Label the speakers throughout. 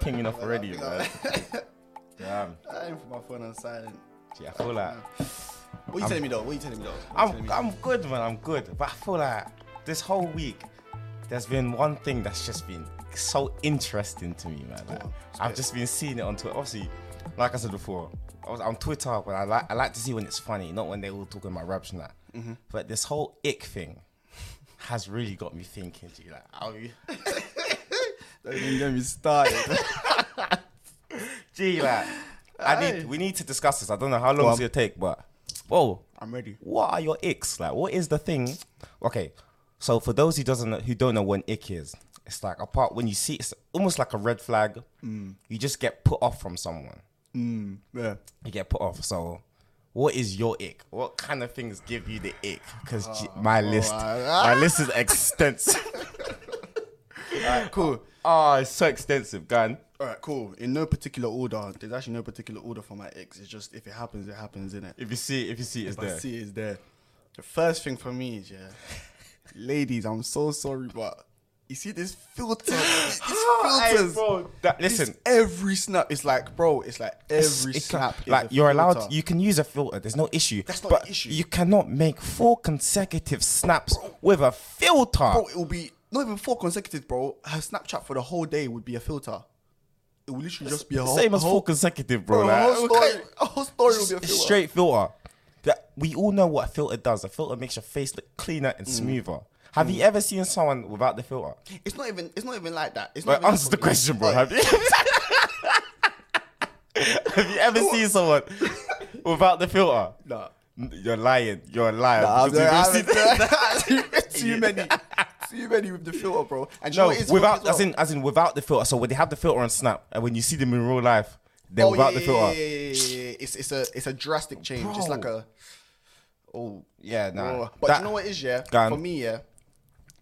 Speaker 1: king enough already,
Speaker 2: Big
Speaker 1: man.
Speaker 2: up.
Speaker 1: Damn.
Speaker 2: I aim for my phone on silent.
Speaker 1: Gee, I feel like
Speaker 2: What are you telling me though? What are you telling me though? What you telling
Speaker 1: I'm
Speaker 2: me?
Speaker 1: I'm good, man. I'm good, but I feel like this whole week there's been one thing that's just been so interesting to me, man. Like,
Speaker 2: on,
Speaker 1: I've just been seeing it on Twitter. Obviously, like I said before, I was on Twitter, but I like I like to see when it's funny, not when they're all talking about raps and that.
Speaker 2: Mm-hmm.
Speaker 1: But this whole ick thing has really got me thinking. Gee, like, are we,
Speaker 2: Don't even get me started.
Speaker 1: gee, like, I need.
Speaker 2: Aye.
Speaker 1: We need to discuss this. I don't know how long
Speaker 2: on.
Speaker 1: it's gonna take, but whoa.
Speaker 2: I'm ready.
Speaker 1: what are your icks like what is the thing okay so for those who doesn't know, who don't know what an ick is it's like a part when you see it's almost like a red flag you just get put off from someone
Speaker 2: Mm, yeah.
Speaker 1: you get put off so what is your ick what kind of things give you the ick because
Speaker 2: Ah,
Speaker 1: my list my
Speaker 2: I-
Speaker 1: list is extensive
Speaker 2: Alright, cool.
Speaker 1: oh it's so extensive gun
Speaker 2: Alright, cool. In no particular order. There's actually no particular order for my ex. It's just if it happens, it happens, innit?
Speaker 1: if you see it, if you see it, it's
Speaker 2: But
Speaker 1: there
Speaker 2: see, it's there. The first thing for me is yeah, ladies. I'm so sorry, but you see this filter. It's
Speaker 1: Hey,
Speaker 2: filters.
Speaker 1: bro, that-
Speaker 2: It's
Speaker 1: listen
Speaker 2: every snap. It's like, bro. It's like
Speaker 1: It's-
Speaker 2: every
Speaker 1: it's
Speaker 2: snap.
Speaker 1: like-
Speaker 2: is
Speaker 1: Like
Speaker 2: a
Speaker 1: you're allowed,
Speaker 2: filter.
Speaker 1: you can use a filter. There's no issue.
Speaker 2: That's not
Speaker 1: but
Speaker 2: the issue.
Speaker 1: You cannot make four consecutive snaps with a filter.
Speaker 2: bro. Oh, It will be not even four consecutive, bro. Her Snapchat for the whole day would be a filter. It will literally just be a whole,
Speaker 1: Same
Speaker 2: a
Speaker 1: as
Speaker 2: whole,
Speaker 1: four consecutive, bro.
Speaker 2: bro,
Speaker 1: like,
Speaker 2: a whole
Speaker 1: okay.
Speaker 2: story. A whole story will be a filter.
Speaker 1: Straight filter. That we all know what a filter does. A filter makes your face look cleaner
Speaker 2: Mm.
Speaker 1: and smoother. Have you ever seen someone without the filter?
Speaker 2: It's not even. It's not even like that. It's
Speaker 1: But
Speaker 2: not even
Speaker 1: answer the
Speaker 2: like-
Speaker 1: question, bro.
Speaker 2: Like,
Speaker 1: Have you? Have you ever seen someone without the filter?
Speaker 2: Nah.
Speaker 1: You're lying. You're a liar.
Speaker 2: Nah,
Speaker 1: because
Speaker 2: I'm
Speaker 1: you've
Speaker 2: not-
Speaker 1: seen-
Speaker 2: too many, too many with the filter, bro. And do you know
Speaker 1: No,
Speaker 2: what it is
Speaker 1: without
Speaker 2: as well?
Speaker 1: as in as in without the filter. So when they have the filter on Snap, and when you see them in real life, they're
Speaker 2: Oh,
Speaker 1: without
Speaker 2: yeah,
Speaker 1: the filter.
Speaker 2: Yeah, yeah, yeah, yeah, yeah. It's it's a it's a drastic change. It's like
Speaker 1: Bro.
Speaker 2: a oh
Speaker 1: Yeah, nah.
Speaker 2: bro. But
Speaker 1: That-
Speaker 2: you know what it is yeah?
Speaker 1: Go on.
Speaker 2: For me, yeah,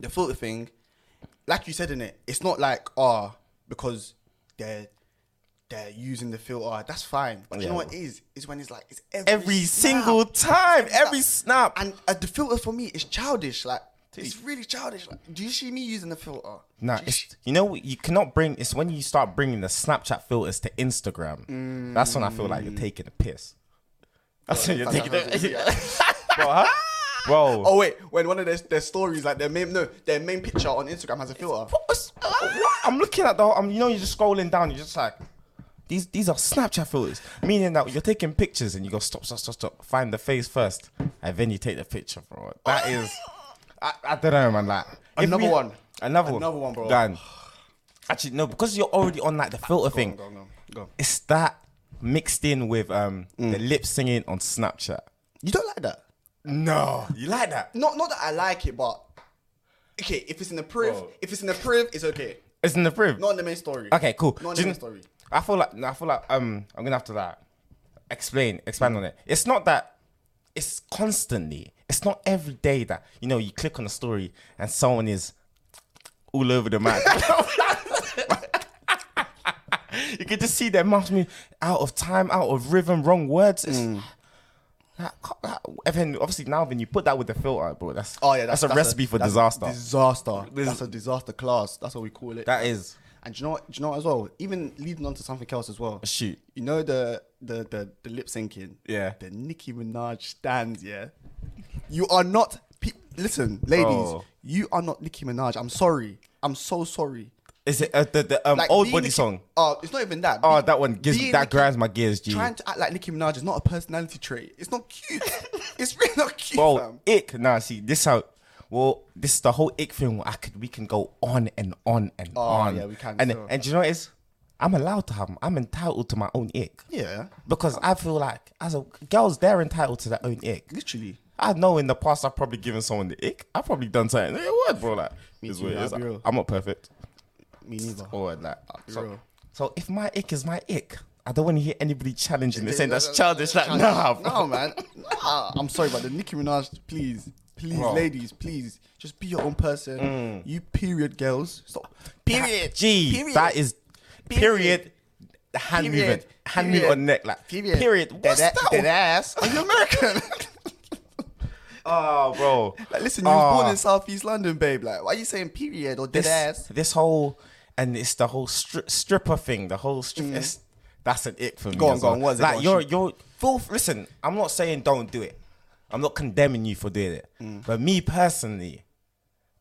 Speaker 2: the filter thing, like you said in it, it's not like ah because they're they're using the filter. Ah, That's fine. But you
Speaker 1: Yeah.
Speaker 2: know what it is? It's when it's like it's every,
Speaker 1: Every
Speaker 2: snap.
Speaker 1: single time, every snap.
Speaker 2: and uh, the filter for me is childish. Like it's really childish. Like, do you see me using the filter?
Speaker 1: Nah,
Speaker 2: Do you
Speaker 1: it's, you know what? you cannot bring. It's when you start bringing the Snapchat filters to Instagram. That's when I feel like you're taking a piss. That's when you're taking a piss. Bro, huh? Bro.
Speaker 2: Oh wait, when one of their, their stories, like their main no, their main picture on Instagram has a filter.
Speaker 1: What's- what? I'm looking at the whole, I'm, you know, you're just scrolling down, you're just like, these these are Snapchat filters, meaning that you're taking pictures and you go, stop, stop, stop, stop, find the face first, and then you take the picture, bro. That is, I, I don't know, man. Like, if
Speaker 2: Another one.
Speaker 1: Another one.
Speaker 2: Another one, bro.
Speaker 1: Dan. Actually, no, because you're already on like the filter thing,
Speaker 2: Go on, go on, go on.
Speaker 1: it's that mixed in with um the
Speaker 2: Mm.
Speaker 1: lip singing on Snapchat.
Speaker 2: You don't like that?
Speaker 1: No. You like that?
Speaker 2: Not not that I like it, but okay, if it's in the priv,
Speaker 1: Bro.
Speaker 2: if it's in the priv, it's okay.
Speaker 1: It's in the fridge.
Speaker 2: Not in the main story.
Speaker 1: Okay, cool.
Speaker 2: Not in
Speaker 1: Do
Speaker 2: the
Speaker 1: you kn-
Speaker 2: main story.
Speaker 1: I feel like no, I feel like um I'm gonna have to like explain expand on it. It's not that it's constantly. It's not every day that you know you click on a story and someone is all over the map. you can just see their mouth move out of time, out of rhythm, wrong words. It's,
Speaker 2: Mm.
Speaker 1: Like, co- like, and then obviously now when you put that with the filter, bro, that's
Speaker 2: Oh yeah, that's,
Speaker 1: a recipe for
Speaker 2: that's a
Speaker 1: disaster.
Speaker 2: Disaster. That's a disaster class. That's what we call it.
Speaker 1: that is
Speaker 2: and do you know what? Do you know what as well? Even leading on to something else as well.
Speaker 1: shoot.
Speaker 2: You know the the the, the lip syncing.
Speaker 1: Yeah.
Speaker 2: The Nicki Minaj stands. Yeah. You are not. Pe- Listen, ladies.
Speaker 1: Bro.
Speaker 2: You are not Nicki Minaj. I'm sorry. I'm so sorry.
Speaker 1: Is it uh, the the um, old
Speaker 2: being
Speaker 1: body
Speaker 2: Nicki-
Speaker 1: song?
Speaker 2: Oh, it's not even that.
Speaker 1: Oh,
Speaker 2: Be-
Speaker 1: that one gives
Speaker 2: being
Speaker 1: that
Speaker 2: Nicki-
Speaker 1: grinds my gears, G.
Speaker 2: Trying to act like Nicki Minaj is not a personality trait. It's not cute. it's really not cute,
Speaker 1: Bro,
Speaker 2: fam.
Speaker 1: ick. Nah, see this how. Well, this is the whole ick thing. where I could we can go on and on and on.
Speaker 2: Oh, yeah, we can
Speaker 1: And
Speaker 2: still.
Speaker 1: and do you know what it is? I'm allowed to have. 'em. I'm entitled to my own ick.
Speaker 2: Yeah.
Speaker 1: Because I feel like as a girls, they're entitled to their own ick.
Speaker 2: Literally.
Speaker 1: I know in the past I've probably given someone the ick. I've probably done something. It would, bro. Like,
Speaker 2: Me
Speaker 1: it's
Speaker 2: too,
Speaker 1: what it
Speaker 2: I'll
Speaker 1: is.
Speaker 2: be real.
Speaker 1: I'm not perfect.
Speaker 2: Me neither.
Speaker 1: Or like, uh, so,
Speaker 2: real.
Speaker 1: so if my ick is my ick, I don't want to hear anybody challenging it, saying
Speaker 2: Yeah,
Speaker 1: that's childish. Like,
Speaker 2: childish.
Speaker 1: nah, bro.
Speaker 2: No, man. Nah. I'm sorry, but the Nicki Minaj, please, please,
Speaker 1: Bro.
Speaker 2: ladies, please, just be your own person. You period girls. Stop. Period.
Speaker 1: Mm. G.
Speaker 2: Period.
Speaker 1: That is period.
Speaker 2: Period.
Speaker 1: The hand
Speaker 2: Period.
Speaker 1: movement, hand
Speaker 2: Period.
Speaker 1: movement on neck, like
Speaker 2: Period.
Speaker 1: Period. What's
Speaker 2: Dead
Speaker 1: that?
Speaker 2: a- dead ass. Are you American?
Speaker 1: Oh, bro.
Speaker 2: like, listen, you was
Speaker 1: Ah.
Speaker 2: born in Southeast London, babe. Like, why are you saying period or dead
Speaker 1: this,
Speaker 2: ass?
Speaker 1: this whole and it's the whole stri- stripper thing, the whole strip. it's- That's an ick for me.
Speaker 2: Mm. Go on,
Speaker 1: as
Speaker 2: go
Speaker 1: well.
Speaker 2: on, what is it? Go
Speaker 1: Like
Speaker 2: on,
Speaker 1: you're,
Speaker 2: shoot.
Speaker 1: you're. Feel, listen, I'm not saying don't do it. I'm not condemning you for doing it.
Speaker 2: Mm.
Speaker 1: But me personally,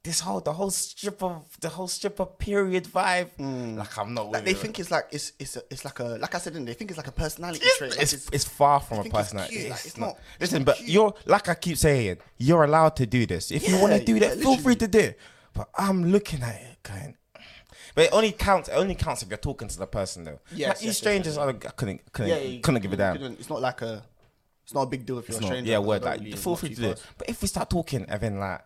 Speaker 1: this whole the whole stripper, the whole stripper period vibe. Like I'm not.
Speaker 2: Mm. Like
Speaker 1: with
Speaker 2: they
Speaker 1: it.
Speaker 2: think it's like it's it's a, it's like a like I said, didn't they? they think it's like a personality trait. Like
Speaker 1: it's,
Speaker 2: it's-
Speaker 1: it's, far from a
Speaker 2: think it's
Speaker 1: personality.
Speaker 2: cute, like, it's not-
Speaker 1: Listen,
Speaker 2: it's
Speaker 1: but
Speaker 2: cute.
Speaker 1: you're like I keep saying, you're allowed to do this. If you want to
Speaker 2: Yeah,
Speaker 1: do that,
Speaker 2: yeah,
Speaker 1: feel free to do it. But I'm looking at it going. But it only counts. It only counts if you're talking to the person, though.
Speaker 2: Yes,
Speaker 1: like,
Speaker 2: yes,
Speaker 1: these
Speaker 2: yes,
Speaker 1: strangers, I don't- I couldn't, couldn't, couldn't give a
Speaker 2: you
Speaker 1: damn.
Speaker 2: couldn't- It's not like a, it's not a big deal if you're
Speaker 1: It's
Speaker 2: a
Speaker 1: not-
Speaker 2: stranger.
Speaker 1: yeah,
Speaker 2: because I
Speaker 1: word
Speaker 2: don't
Speaker 1: like
Speaker 2: really
Speaker 1: feel
Speaker 2: walk
Speaker 1: free
Speaker 2: too
Speaker 1: to do it.
Speaker 2: fast.
Speaker 1: But if we start talking, and then like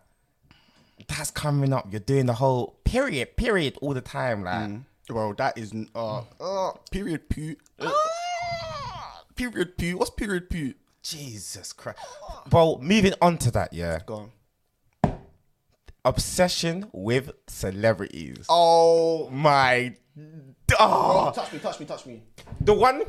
Speaker 1: that's coming up, you're doing the whole period, period all the time, like.
Speaker 2: Well, that is n- uh, uh period poo.
Speaker 1: uh,
Speaker 2: Ah, period poo. What's period poo?
Speaker 1: Jesus Christ. Well, moving on to that, yeah.
Speaker 2: Go on.
Speaker 1: Obsession with celebrities.
Speaker 2: Oh,
Speaker 1: my oh,
Speaker 2: touch me, touch me, touch me,
Speaker 1: the one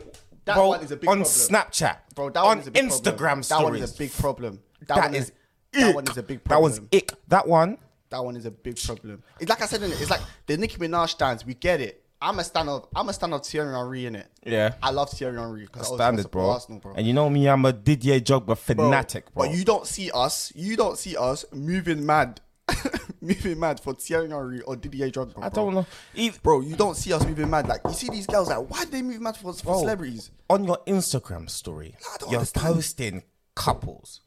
Speaker 2: That
Speaker 1: bro,
Speaker 2: one is a big
Speaker 1: on
Speaker 2: problem.
Speaker 1: Snapchat,
Speaker 2: bro. That
Speaker 1: on
Speaker 2: one is a big
Speaker 1: Instagram
Speaker 2: problem.
Speaker 1: stories.
Speaker 2: That one is a big problem. That,
Speaker 1: That
Speaker 2: one
Speaker 1: is
Speaker 2: is. That
Speaker 1: ick.
Speaker 2: one is a big
Speaker 1: That
Speaker 2: problem.
Speaker 1: one's ick. That one,
Speaker 2: That one is a big problem. It's like I said, innit? it's like the Nicki Minaj stands. We get it. I'm a stand of I'm a stand of Thierry Henry in it.
Speaker 1: Yeah.
Speaker 2: I love Thierry Henry because
Speaker 1: standard, bro.
Speaker 2: Arsenal, bro.
Speaker 1: And you know me, I'm a Didier Drogba fanatic, bro.
Speaker 2: But you don't see us. You don't see us moving mad, moving mad for Thierry Henry or Didier Drogba.
Speaker 1: I don't know. E- Ev-
Speaker 2: bro. You don't see us moving mad. Like you see these girls, like why do they move mad for, for
Speaker 1: bro,
Speaker 2: celebrities?
Speaker 1: on your Instagram story,
Speaker 2: I don't
Speaker 1: you're
Speaker 2: understand.
Speaker 1: posting couples.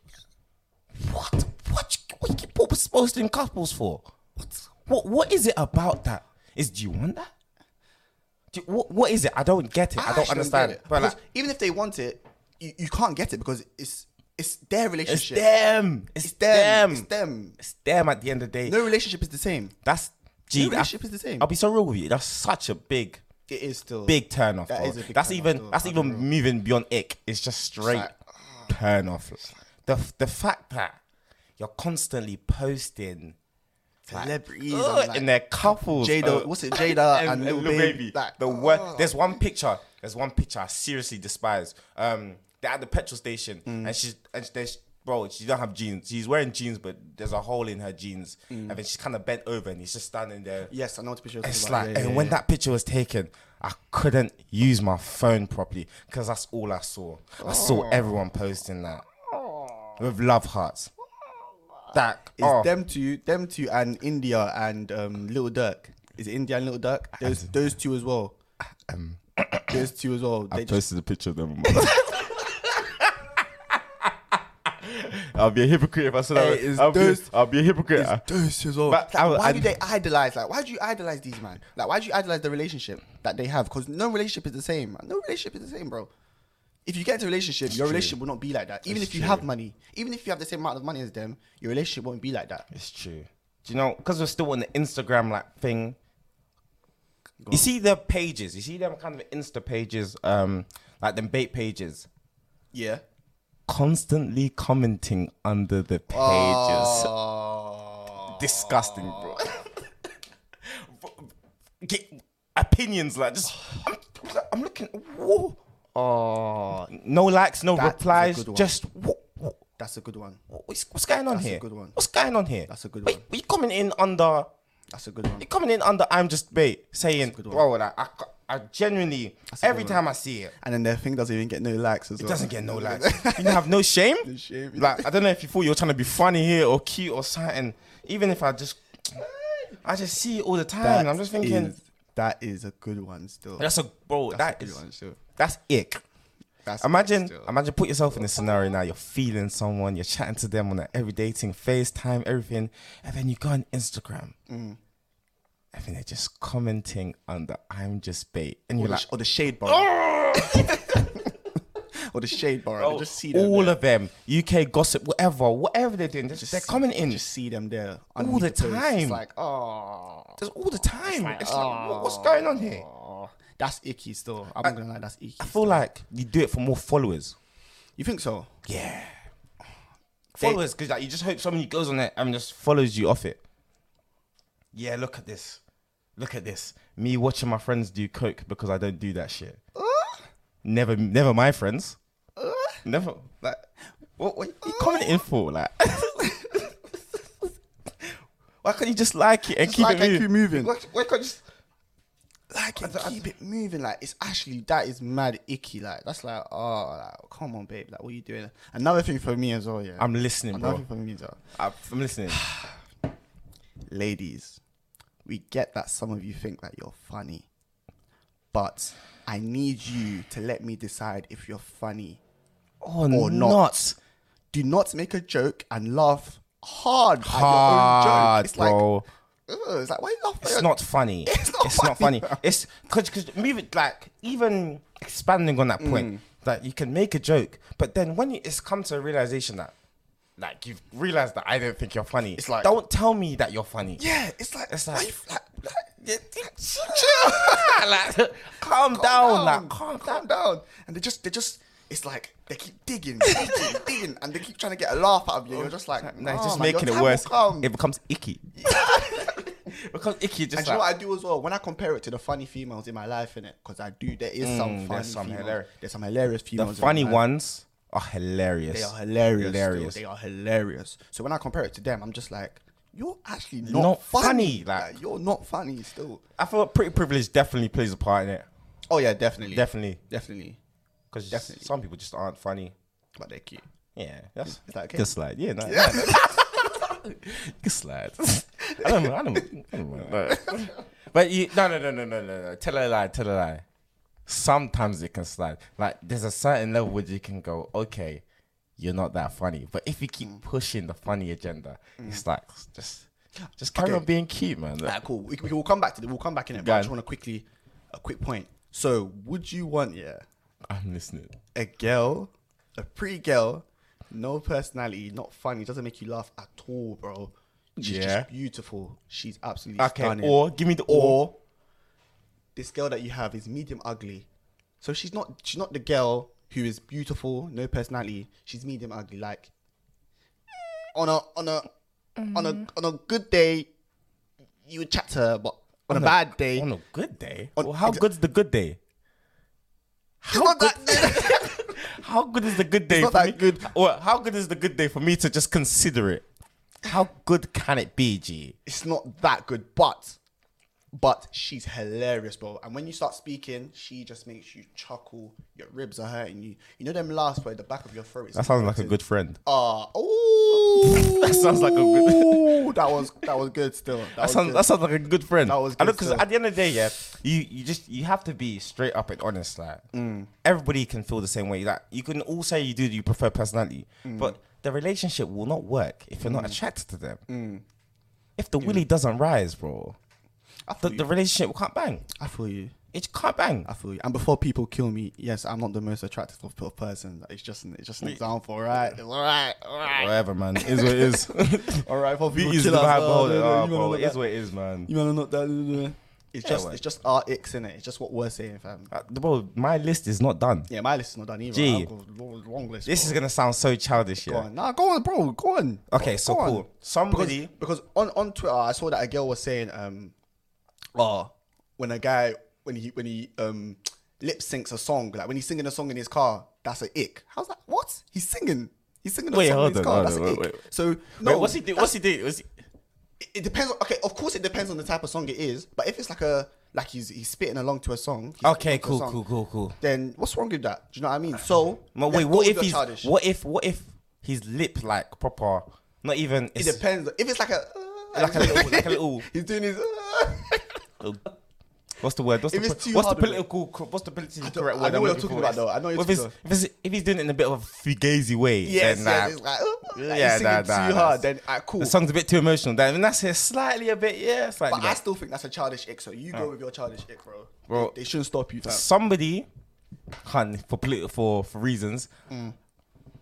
Speaker 1: What? What? you- What you keep posting couples for? What? What? What is it about that? Is do you want that? Do you- what, what is it? I don't get it. I,
Speaker 2: actually
Speaker 1: don't understand
Speaker 2: get
Speaker 1: it. But like,
Speaker 2: Because even if they want it, you, you can't get it because it's it's their
Speaker 1: It's
Speaker 2: relationship.
Speaker 1: them. It's,
Speaker 2: It's
Speaker 1: them.
Speaker 2: them. It's them.
Speaker 1: It's them at the end of the day.
Speaker 2: No relationship is the same.
Speaker 1: That's gee,
Speaker 2: No
Speaker 1: that-
Speaker 2: relationship is the same.
Speaker 1: I'll be so real with you. That's such a big,
Speaker 2: It is still
Speaker 1: big turn off.
Speaker 2: That
Speaker 1: bro.
Speaker 2: is a big
Speaker 1: that's
Speaker 2: turn off
Speaker 1: even
Speaker 2: still,
Speaker 1: that's
Speaker 2: I'll be
Speaker 1: even
Speaker 2: real.
Speaker 1: moving beyond ick. It's just straight
Speaker 2: like,
Speaker 1: turn off. The the fact that you're constantly posting
Speaker 2: celebrities and,
Speaker 1: ugh,
Speaker 2: like,
Speaker 1: oh, in their couples.
Speaker 2: Jada-
Speaker 1: uh,
Speaker 2: what's it, Jada and Lil Baby, like, oh.
Speaker 1: the worst. There's one picture. There's one picture I seriously despise. Um, they're at the petrol station,
Speaker 2: Mm.
Speaker 1: and she's and there's bro. She don't have jeans. She's wearing jeans, but there's a hole in her jeans,
Speaker 2: Mm.
Speaker 1: and then she's kind of bent over, and he's just standing there.
Speaker 2: Yes, I know what picture you're
Speaker 1: It's
Speaker 2: talking
Speaker 1: like,
Speaker 2: about. Yeah, yeah,
Speaker 1: and when
Speaker 2: yeah.
Speaker 1: that picture was taken, I couldn't use my phone properly because that's all I saw. I saw
Speaker 2: Oh.
Speaker 1: everyone posting that with love hearts. That
Speaker 2: It's
Speaker 1: oh,
Speaker 2: them two, them two, and India and um, Little Dirk. Is it India and Little Dirk? Those those two as well.
Speaker 1: Um,
Speaker 2: those two as well. They just
Speaker 1: posted a picture of them. I'll be a hypocrite if I said
Speaker 2: Hey,
Speaker 1: that.
Speaker 2: it's
Speaker 1: I'll, be,
Speaker 2: those-
Speaker 1: I'll be a hypocrite.
Speaker 2: those two as well.
Speaker 1: But
Speaker 2: Like,
Speaker 1: I-
Speaker 2: why
Speaker 1: I-
Speaker 2: do they idolize? Like, why do you idolize these man? Like, why do you idolize the relationship that they have? Because no relationship is the same. man. No relationship is the same, bro. If you get into a relationship, your relationship will not be like that. Even
Speaker 1: It's
Speaker 2: if you
Speaker 1: true.
Speaker 2: have money, even if you have the same amount of money as them, your relationship won't be like that.
Speaker 1: It's true. Do you know? Because we're still on the Instagram like thing. you see the pages. You see them kind of Insta pages, um, like them bait pages,
Speaker 2: Yeah.
Speaker 1: constantly commenting under the pages.
Speaker 2: Oh.
Speaker 1: Disgusting, bro. Get opinions like just. I'm, I'm looking. Whoa.
Speaker 2: Oh.
Speaker 1: No likes, no
Speaker 2: That is a
Speaker 1: replies.
Speaker 2: good one.
Speaker 1: Just wha- wha-
Speaker 2: That's a good one.
Speaker 1: what's, what's going on
Speaker 2: That's a
Speaker 1: here?
Speaker 2: good one.
Speaker 1: What's going on here?
Speaker 2: That's a good
Speaker 1: Wait,
Speaker 2: one.
Speaker 1: you coming in under?
Speaker 2: That's a good one.
Speaker 1: You coming in under? I'm just bait saying,
Speaker 2: good one.
Speaker 1: bro. Like, I, ca- I genuinely
Speaker 2: a
Speaker 1: every
Speaker 2: good one.
Speaker 1: time I see it,
Speaker 2: And then their thing doesn't even get no likes as
Speaker 1: it
Speaker 2: well.
Speaker 1: doesn't get no likes. you have no shame.
Speaker 2: No shame.
Speaker 1: Like I don't know if you thought you were trying to be funny here or cute or something. Even if I just, I just see it all the time.
Speaker 2: That
Speaker 1: I'm just thinking
Speaker 2: is- that is a good one still.
Speaker 1: that's a bro.
Speaker 2: That's
Speaker 1: That
Speaker 2: a good
Speaker 1: is-
Speaker 2: one still.
Speaker 1: that's ick.
Speaker 2: That's a good
Speaker 1: Imagine,
Speaker 2: one still.
Speaker 1: imagine, put yourself in a scenario now. You're feeling someone, you're chatting to them on an everyday thing, FaceTime, everything, and then you go on Instagram,
Speaker 2: Mm.
Speaker 1: and then they're just commenting under "I'm just bait," and
Speaker 2: or
Speaker 1: you're
Speaker 2: the,
Speaker 1: like, Oh!
Speaker 2: sh- or the shade bar. or the shade bar. I just see them.
Speaker 1: all
Speaker 2: there.
Speaker 1: of them, UK gossip, whatever, whatever they're doing, they're, just, they're commenting
Speaker 2: Just see them there.
Speaker 1: all
Speaker 2: underneath
Speaker 1: the
Speaker 2: post.
Speaker 1: time.
Speaker 2: It's like, oh.
Speaker 1: Just all the time. It's like, oh. what- what's going on here?
Speaker 2: That's icky still. I'm not gonna lie, that's icky.
Speaker 1: I feel like you do it for more followers.
Speaker 2: you think so?
Speaker 1: Yeah. Followers, because like you just hope somebody goes on there and just follows you off it. Yeah, look at this. Look at this. Me watching my friends do coke because I don't do that shit. Never, never my friends. Uh? Never like what? What you commenting for? Like, why can't you just like it and
Speaker 2: Just
Speaker 1: keep
Speaker 2: like
Speaker 1: it
Speaker 2: and
Speaker 1: moving?
Speaker 2: keep moving.
Speaker 1: Why, why can't you just
Speaker 2: I can keep it moving. Like it's actually that is mad icky. Like that's like oh, like, come on, babe. Like what are you doing? Another thing for me as well. Yeah,
Speaker 1: I'm listening,
Speaker 2: Another
Speaker 1: bro.
Speaker 2: thing for me as well.
Speaker 1: I- I'm listening.
Speaker 2: ladies, we get that some of you think that you're funny, but I need you to let me decide if you're funny
Speaker 1: Or,
Speaker 2: or not. Do not make a joke and laugh hard,
Speaker 1: Hard,
Speaker 2: at your own
Speaker 1: bro.
Speaker 2: joke. It's like, ugh, it's like why you laugh? at
Speaker 1: It's
Speaker 2: your-
Speaker 1: not funny.
Speaker 2: It's not funny.
Speaker 1: It's because because even like even expanding on
Speaker 2: Mm.
Speaker 1: that point that you can make a joke, but then when you, it's come to a realization that like you've realized that I don't think you're funny.
Speaker 2: It's like-
Speaker 1: don't tell me that you're funny.
Speaker 2: Yeah, it's like
Speaker 1: It's
Speaker 2: why
Speaker 1: like-
Speaker 2: you like, like,
Speaker 1: Yeah, chill. like, calm, down, like calm down.
Speaker 2: calm down. And they just, they just, it's like they keep digging, digging, digging, and they keep trying to get a laugh out of you. You're just like,
Speaker 1: No, it's
Speaker 2: "Nah,
Speaker 1: just
Speaker 2: man, your
Speaker 1: making it
Speaker 2: time will
Speaker 1: worse.
Speaker 2: come."
Speaker 1: It becomes icky. it becomes icky. Just
Speaker 2: And do you know what I do as well? When I compare it to the funny females in my life, innit? Because I do, there is some funny
Speaker 1: Mm, there's some
Speaker 2: females.
Speaker 1: hilarious-
Speaker 2: There's some hilarious
Speaker 1: the
Speaker 2: females. in my
Speaker 1: funny
Speaker 2: life.
Speaker 1: ones are hilarious.
Speaker 2: They are hilarious. still.
Speaker 1: Hilarious.
Speaker 2: They are hilarious. So when I compare it to them, I'm just like, you're actually not,
Speaker 1: Not
Speaker 2: funny.
Speaker 1: funny, like-
Speaker 2: you're not funny still.
Speaker 1: I feel pretty privilege definitely plays a part in it.
Speaker 2: Oh yeah, definitely,
Speaker 1: Definitely.
Speaker 2: definitely.
Speaker 1: Because
Speaker 2: Definitely.
Speaker 1: some people just aren't funny.
Speaker 2: But they're cute.
Speaker 1: Yeah, that's
Speaker 2: Is that okay?
Speaker 1: good slide. Yeah, no, yeah. good slide. I don't know. I don't, I don't mind. But you, no, no, no, no, no, no, no. Tell a lie. Tell a lie. Sometimes it can slide. Like there's a certain level where you can go, okay, you're not that funny. But if you keep pushing the funny agenda, it's like just, just carry
Speaker 2: Mm. Okay. Uh,
Speaker 1: on being cute, man.
Speaker 2: Alright, cool. We, we, we'll come back to the, we'll come back in it. But
Speaker 1: Go
Speaker 2: I
Speaker 1: on.
Speaker 2: just want to quickly, a quick point. So would you want yeah
Speaker 1: I'm listening.
Speaker 2: a girl, a pretty girl, no personality, not funny, doesn't make you laugh at all, bro. She's
Speaker 1: Yeah.
Speaker 2: just beautiful. She's absolutely
Speaker 1: Okay,
Speaker 2: stunning.
Speaker 1: or give me the or.
Speaker 2: or this girl that you have is medium ugly. So she's not she's not the girl who is beautiful, no personality. She's medium ugly. Like on a on a on a on a good day, you would chat to her, but on, a, bad day,
Speaker 1: on a Oh, good day.
Speaker 2: On-
Speaker 1: well, how good's the good day?
Speaker 2: she's not that.
Speaker 1: How good is the good day?
Speaker 2: not
Speaker 1: for
Speaker 2: that
Speaker 1: me?
Speaker 2: good.
Speaker 1: Well, how good is the good day for me to just consider it? How good can it be, G?
Speaker 2: it's not that good, but but she's hilarious, bro. And when you start speaking, she just makes you chuckle. Your ribs are hurting you. You know them laughs where the back of your throat is.
Speaker 1: That sounds like a good friend.
Speaker 2: Uh, oh,
Speaker 1: That sounds like a good-
Speaker 2: that was that was good. Still, that,
Speaker 1: That
Speaker 2: was
Speaker 1: sounds,
Speaker 2: good.
Speaker 1: that sounds like a good friend.
Speaker 2: That was
Speaker 1: I know
Speaker 2: good
Speaker 1: because
Speaker 2: stuff.
Speaker 1: at the end of the day, yeah, you, you just you have to be straight up and honest. Like
Speaker 2: Mm.
Speaker 1: everybody can feel the same way. Like you can all say you do you prefer personality,
Speaker 2: Mm.
Speaker 1: but the relationship will not work if you're not attracted to them.
Speaker 2: Mm.
Speaker 1: If the willy doesn't rise, bro,
Speaker 2: I feel
Speaker 1: the, the
Speaker 2: you.
Speaker 1: relationship can't bang.
Speaker 2: I feel you.
Speaker 1: It can't bang.
Speaker 2: I feel you. And before people kill me, yes, I'm not the most attractive of of person. It's just an, it's just an example, right? It's all right, all right,
Speaker 1: Whatever, man. It is what it is.
Speaker 2: all right. For people
Speaker 1: Beauty is
Speaker 2: kill
Speaker 1: the
Speaker 2: us,
Speaker 1: vibe
Speaker 2: oh,
Speaker 1: beholder.
Speaker 2: no, no,
Speaker 1: Oh,
Speaker 2: you wanna
Speaker 1: bro,
Speaker 2: look
Speaker 1: it is
Speaker 2: that-
Speaker 1: what it is, man.
Speaker 2: You wanna not that? no, no. It's just
Speaker 1: well.
Speaker 2: it's just our icks in it. It's just what we're saying, fam.
Speaker 1: Uh, bro, my list is not done.
Speaker 2: Yeah, my list is not done either.
Speaker 1: Gee.
Speaker 2: I've got a long, long list.
Speaker 1: This is
Speaker 2: bro.
Speaker 1: gonna sound so childish,
Speaker 2: Go
Speaker 1: yeah.
Speaker 2: on. Nah, go on, bro. Go on.
Speaker 1: Okay,
Speaker 2: Go-
Speaker 1: so
Speaker 2: go on.
Speaker 1: cool. Somebody,
Speaker 2: because on on Twitter I saw that a girl was saying um oh when a guy when he when he um lip syncs a song like when he's singing a song in his car that's a ick how's that what he's singing he's singing a
Speaker 1: Wait,
Speaker 2: song
Speaker 1: hold
Speaker 2: in his
Speaker 1: on,
Speaker 2: car
Speaker 1: hold
Speaker 2: that's
Speaker 1: on,
Speaker 2: a
Speaker 1: wait,
Speaker 2: ick
Speaker 1: wait.
Speaker 2: so no
Speaker 1: wait, what's he do? What's he do? What's he-
Speaker 2: it- it depends on, okay of course it depends on the type of song it is but if it's like a like he's he's spitting along to a song he's
Speaker 1: Okay,
Speaker 2: spitting
Speaker 1: cool,
Speaker 2: along to a song,
Speaker 1: cool, cool, cool.
Speaker 2: then what's wrong with that do you know what I mean so
Speaker 1: No,
Speaker 2: let's
Speaker 1: wait,
Speaker 2: go
Speaker 1: what
Speaker 2: with
Speaker 1: if
Speaker 2: your
Speaker 1: he's
Speaker 2: childish.
Speaker 1: what if what if his lip like proper, not even
Speaker 2: it
Speaker 1: it's
Speaker 2: depends if it's like a uh,
Speaker 1: Like a little- like a little-
Speaker 2: he's doing his uh,
Speaker 1: what's the word? What's
Speaker 2: If
Speaker 1: the,
Speaker 2: it's too
Speaker 1: what's the
Speaker 2: hard, isn't it?
Speaker 1: political cor- what's the politically
Speaker 2: don't-
Speaker 1: correct
Speaker 2: I
Speaker 1: word?
Speaker 2: know
Speaker 1: I'm
Speaker 2: what you're
Speaker 1: looking
Speaker 2: talking
Speaker 1: for?
Speaker 2: about, though. I know what
Speaker 1: Well, if
Speaker 2: you're
Speaker 1: it's, if it's if he's doing it in a bit of a fugazi way,
Speaker 2: Yes,
Speaker 1: then,
Speaker 2: yes,
Speaker 1: like,
Speaker 2: it's like, oh, like,
Speaker 1: yeah,
Speaker 2: he's singing
Speaker 1: nah,
Speaker 2: too
Speaker 1: nah,
Speaker 2: hard,
Speaker 1: that's-
Speaker 2: then alright, cool.
Speaker 1: the song's a bit too emotional. That and that's it, slightly a bit, yeah, slightly.
Speaker 2: But
Speaker 1: bit.
Speaker 2: I still think that's a childish ick, so you go with your childish ick, bro.
Speaker 1: Bro.
Speaker 2: They, they shouldn't stop you, fam.
Speaker 1: somebody, hun, for political for for reasons,
Speaker 2: Mm.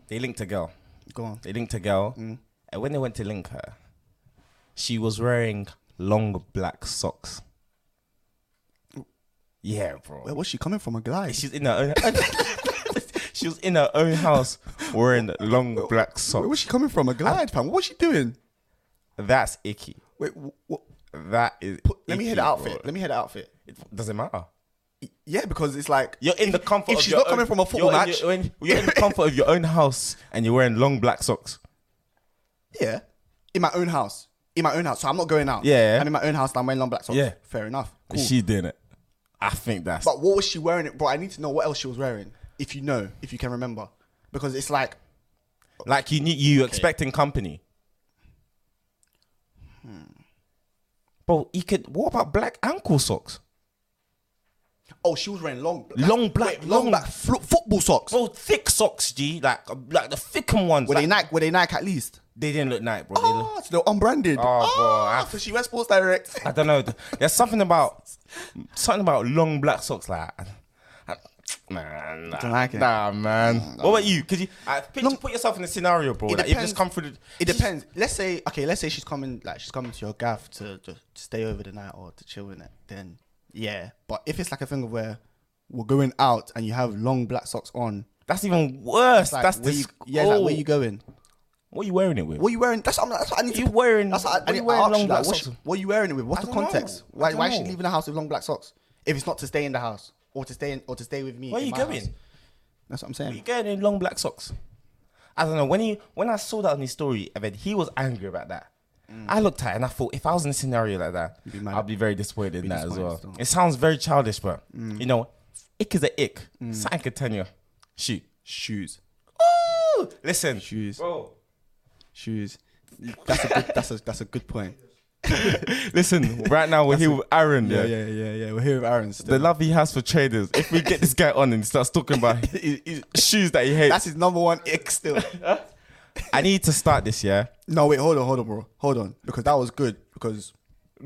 Speaker 1: they linked a girl.
Speaker 2: Go on.
Speaker 1: They linked a girl,
Speaker 2: Mm.
Speaker 1: and when they went to link her, she was wearing long black socks. Yeah, bro.
Speaker 2: Where was she coming from? A guy?
Speaker 1: She's in her own. she was in her own house wearing long black
Speaker 2: Where was
Speaker 1: socks.
Speaker 2: she coming from? A glide, fam. What was she doing?
Speaker 1: That's icky.
Speaker 2: Wait, wh- wh-
Speaker 1: That is.
Speaker 2: put, let me hear the
Speaker 1: icky,
Speaker 2: outfit.
Speaker 1: bro.
Speaker 2: Let me hear the outfit.
Speaker 1: It doesn't matter.
Speaker 2: Yeah, because it's like
Speaker 1: You're in the comfort.
Speaker 2: if
Speaker 1: of
Speaker 2: she's
Speaker 1: your
Speaker 2: not
Speaker 1: own-
Speaker 2: coming from a football
Speaker 1: you're in
Speaker 2: match-
Speaker 1: your own- you're in the comfort of your own house and you're wearing long black socks.
Speaker 2: yeah, in my own house, in my own house. So I'm not going out.
Speaker 1: Yeah.
Speaker 2: I'm in my own house. and I'm wearing long black socks.
Speaker 1: Yeah.
Speaker 2: fair enough. Cool.
Speaker 1: She's doing it. I think that's
Speaker 2: But what was she wearing? It, bro. I need to know what else she was wearing. If you know, if you can remember, because it's like
Speaker 1: like you need you expecting company. Hmm. Bro, you could. What about black ankle socks?
Speaker 2: oh, she was wearing long,
Speaker 1: Long black-
Speaker 2: long,
Speaker 1: long-
Speaker 2: black flo- football socks.
Speaker 1: Bro, thick socks, G. Like like the thickened ones.
Speaker 2: Were
Speaker 1: Like,
Speaker 2: they Nike? Were they Nike at least?
Speaker 1: they didn't look nice, bro. They look,
Speaker 2: Oh, so they're unbranded. Oh,
Speaker 1: bro, I-
Speaker 2: so she went Sports Direct.
Speaker 1: I don't know. There's something about something about long black socks, like. I- Man, nah,
Speaker 2: Don't like it.
Speaker 1: Nah, man. what about you? Could you I picture, put yourself in a scenario, bro? Like, you've
Speaker 2: depends.
Speaker 1: just come through. The,
Speaker 2: It depends. Let's say okay. Let's say she's coming, like she's coming to your gaff to just stay over the night or to chill in it. Then yeah. But if it's like a thing where we're going out and you have long black socks on,
Speaker 1: That's even worse.
Speaker 2: like,
Speaker 1: that's
Speaker 2: where
Speaker 1: this.
Speaker 2: you, yeah. Like, where
Speaker 1: oh.
Speaker 2: you going?
Speaker 1: What are you wearing it with?
Speaker 2: What are you wearing? That's what, I'm, that's what I need.
Speaker 1: You
Speaker 2: to,
Speaker 1: wearing-
Speaker 2: That's what I,
Speaker 1: what
Speaker 2: I
Speaker 1: you
Speaker 2: need to
Speaker 1: wearing
Speaker 2: ask
Speaker 1: long
Speaker 2: you,
Speaker 1: black
Speaker 2: like, what's-
Speaker 1: socks?
Speaker 2: What are you wearing it with? What's
Speaker 1: I
Speaker 2: the
Speaker 1: don't know.
Speaker 2: context?
Speaker 1: I
Speaker 2: Why,
Speaker 1: don't
Speaker 2: why is she
Speaker 1: know.
Speaker 2: leaving the house with long black socks? If it's not to stay in the house or to stay in, or to stay with me.
Speaker 1: Where
Speaker 2: in
Speaker 1: you
Speaker 2: my
Speaker 1: going?
Speaker 2: house. That's what I'm
Speaker 1: You
Speaker 2: saying.
Speaker 1: getting in long black socks? I don't know. When he when I saw that on his story, and then he was angry about that. I looked at it and I thought, if I was in a scenario like that,
Speaker 2: Mm. be mad.
Speaker 1: I'd be very disappointed in that as well.
Speaker 2: disappointed Mm. still.
Speaker 1: It sounds very childish, but you know, ick is a ick.
Speaker 2: Mm.
Speaker 1: Something could turn you. Shoot.
Speaker 2: Shoes,
Speaker 1: Ooh, listen,
Speaker 2: shoes,
Speaker 1: bro.
Speaker 2: shoes. That's a good, that's a that's a good point.
Speaker 1: Listen, right now we're here with Aaron. Yeah,
Speaker 2: yeah, yeah, yeah. We're here with Aaron still.
Speaker 1: The love he has for traders. If we get this guy on and he starts talking about
Speaker 2: He- he's-
Speaker 1: shoes that he hates,
Speaker 2: that's his number one ick still.
Speaker 1: I need to start this. Yeah,
Speaker 2: no, wait, hold on, hold on, bro, hold on, because that was good. Because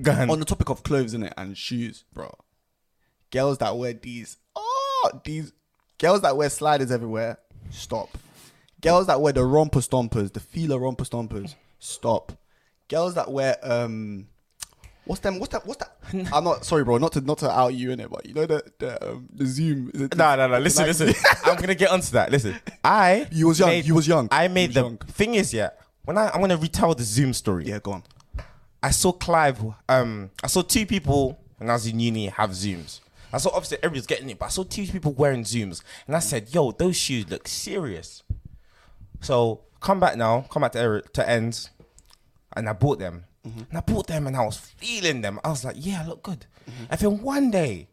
Speaker 1: go on.
Speaker 2: on the topic of clothes, innit, and shoes, bro. Girls that wear these, oh, these girls that wear sliders everywhere, stop. Girls that wear the romper stompers, the feeler romper stompers, stop. Girls that wear um, what's them? What's that? What's that? I'm not sorry, bro, not to not to out you in it, but you know the the, um, the Zoom. Is it,
Speaker 1: No, no, no. Listen,
Speaker 2: Like-
Speaker 1: listen. I'm gonna get onto that. Listen, I.
Speaker 2: You was young,
Speaker 1: made-
Speaker 2: you was young,
Speaker 1: I
Speaker 2: you
Speaker 1: made
Speaker 2: was
Speaker 1: the
Speaker 2: young.
Speaker 1: thing is, yeah. When I I'm gonna retell the Zoom story.
Speaker 2: Yeah, go on.
Speaker 1: I saw Clive. Um, I saw two people when I was in uni have Zooms. I saw obviously everybody's getting it, but I saw two people wearing Zooms, and I said, "Yo, those shoes look serious." So come back now, come back to Eric, to ends, and I bought them,
Speaker 2: Mm-hmm.
Speaker 1: and I bought them, and I was feeling them. I was like, "Yeah, I look good."
Speaker 2: Mm-hmm.
Speaker 1: And then one day,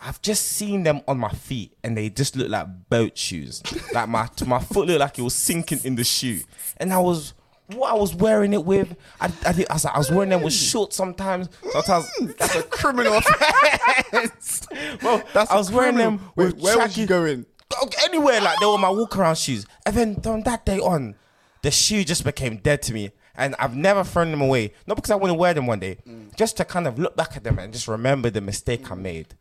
Speaker 1: I've just seen them on my feet, and they just look like boat shoes. like my my foot looked like it was sinking in the shoe, and I was what I was wearing it with. I I, did, I was like, I was wearing them with shorts sometimes. Sometimes
Speaker 2: That's a criminal offense.
Speaker 1: well, I was wearing
Speaker 2: criminal.
Speaker 1: them
Speaker 2: Wait,
Speaker 1: with
Speaker 2: where was
Speaker 1: tracky-
Speaker 2: you going?
Speaker 1: anywhere like they were my walk around shoes. And then from that day on, the shoe just became dead to me. And I've never thrown them away. Not because I wouldn't wear them one day, just to kind of look back at them and just remember the mistake I made.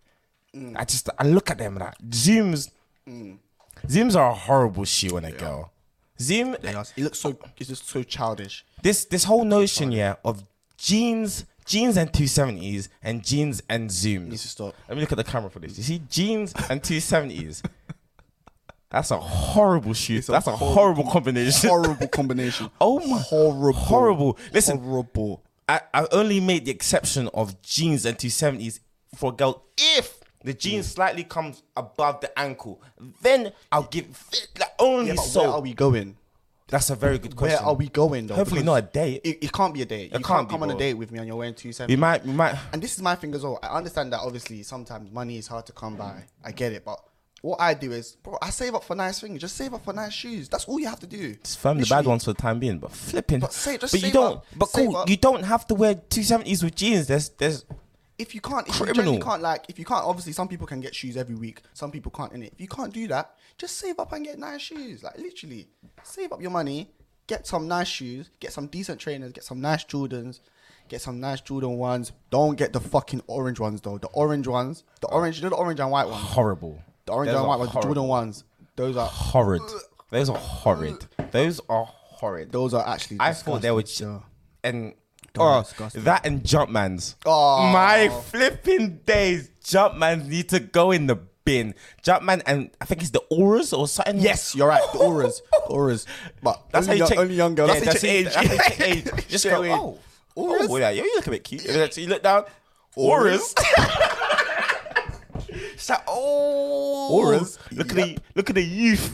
Speaker 1: I just I look at them like zooms. Zooms are a horrible shoe on a girl. Zoom
Speaker 2: It looks so. It's just so childish.
Speaker 1: this this whole notion yeah of jeans jeans and 270s and jeans and zooms
Speaker 2: to stop.
Speaker 1: let me look at the camera for this you see jeans and 270s that's a horrible shoe
Speaker 2: a
Speaker 1: that's a horrible combination
Speaker 2: Horrible combination.
Speaker 1: oh my
Speaker 2: horrible,
Speaker 1: horrible listen
Speaker 2: horrible.
Speaker 1: I, I only made the exception of jeans and 270s for girls if the jeans slightly comes above the ankle then i'll give like only
Speaker 2: Yeah, but
Speaker 1: so
Speaker 2: where are we going?
Speaker 1: that's a very good question
Speaker 2: Where are we going though?
Speaker 1: hopefully
Speaker 2: Because
Speaker 1: not a date
Speaker 2: It, it can't be a date. you can't,
Speaker 1: can't be,
Speaker 2: come on a
Speaker 1: bro.
Speaker 2: date with me and you're wearing two
Speaker 1: we
Speaker 2: seven.
Speaker 1: might we might
Speaker 2: And this is my thing as well. I understand that obviously sometimes money is hard to come by. I get it, but. What I do is, bro, I save up for nice things. Just save up for nice shoes. That's all you have to do.
Speaker 1: Just firm the bad ones for the time being, but flipping.
Speaker 2: But say- just
Speaker 1: you
Speaker 2: save
Speaker 1: don't.
Speaker 2: up.
Speaker 1: But
Speaker 2: Save
Speaker 1: cool,
Speaker 2: up.
Speaker 1: you don't have to wear two seventies with jeans. There's, there's.
Speaker 2: if you can't, if you
Speaker 1: Criminal.
Speaker 2: generally can't like, if you can't, obviously some people can get shoes every week. Some people can't. In it, if you can't do that, just save up and get nice shoes. Like literally, save up your money, get some nice shoes, get some decent trainers, get some nice Jordans, get some nice Jordan ones. Don't get the fucking orange ones though. The orange ones, the orange, you know the orange and white ones,
Speaker 1: Horrible.
Speaker 2: the orange
Speaker 1: Those
Speaker 2: and
Speaker 1: are
Speaker 2: white ones, the
Speaker 1: horrible.
Speaker 2: Jordan ones. Those are
Speaker 1: Horrid. Those are horrid. Those are horrid.
Speaker 2: those are actually.
Speaker 1: I thought they were. Ch-
Speaker 2: disgusting.
Speaker 1: And
Speaker 2: are
Speaker 1: oh,
Speaker 2: disgusting.
Speaker 1: that and Jumpman's.
Speaker 2: Oh.
Speaker 1: My flipping days! Jumpman's need to go in the bin. Jumpman and I think it's the Auras or something.
Speaker 2: Yes, you're right. The auras, the auras. But
Speaker 1: That's how
Speaker 2: only
Speaker 1: you
Speaker 2: young,
Speaker 1: check
Speaker 2: only young girl.
Speaker 1: Yeah,
Speaker 2: that's,
Speaker 1: that's
Speaker 2: how you check
Speaker 1: age.
Speaker 2: age.
Speaker 1: That's how you check age. Just
Speaker 2: Straight
Speaker 1: go.
Speaker 2: away.
Speaker 1: Oh,
Speaker 2: Auras?
Speaker 1: oh, yeah, you look a bit cute. And then you look down. Auras. it's like, oh,
Speaker 2: Auras?
Speaker 1: Look at the look at the youth.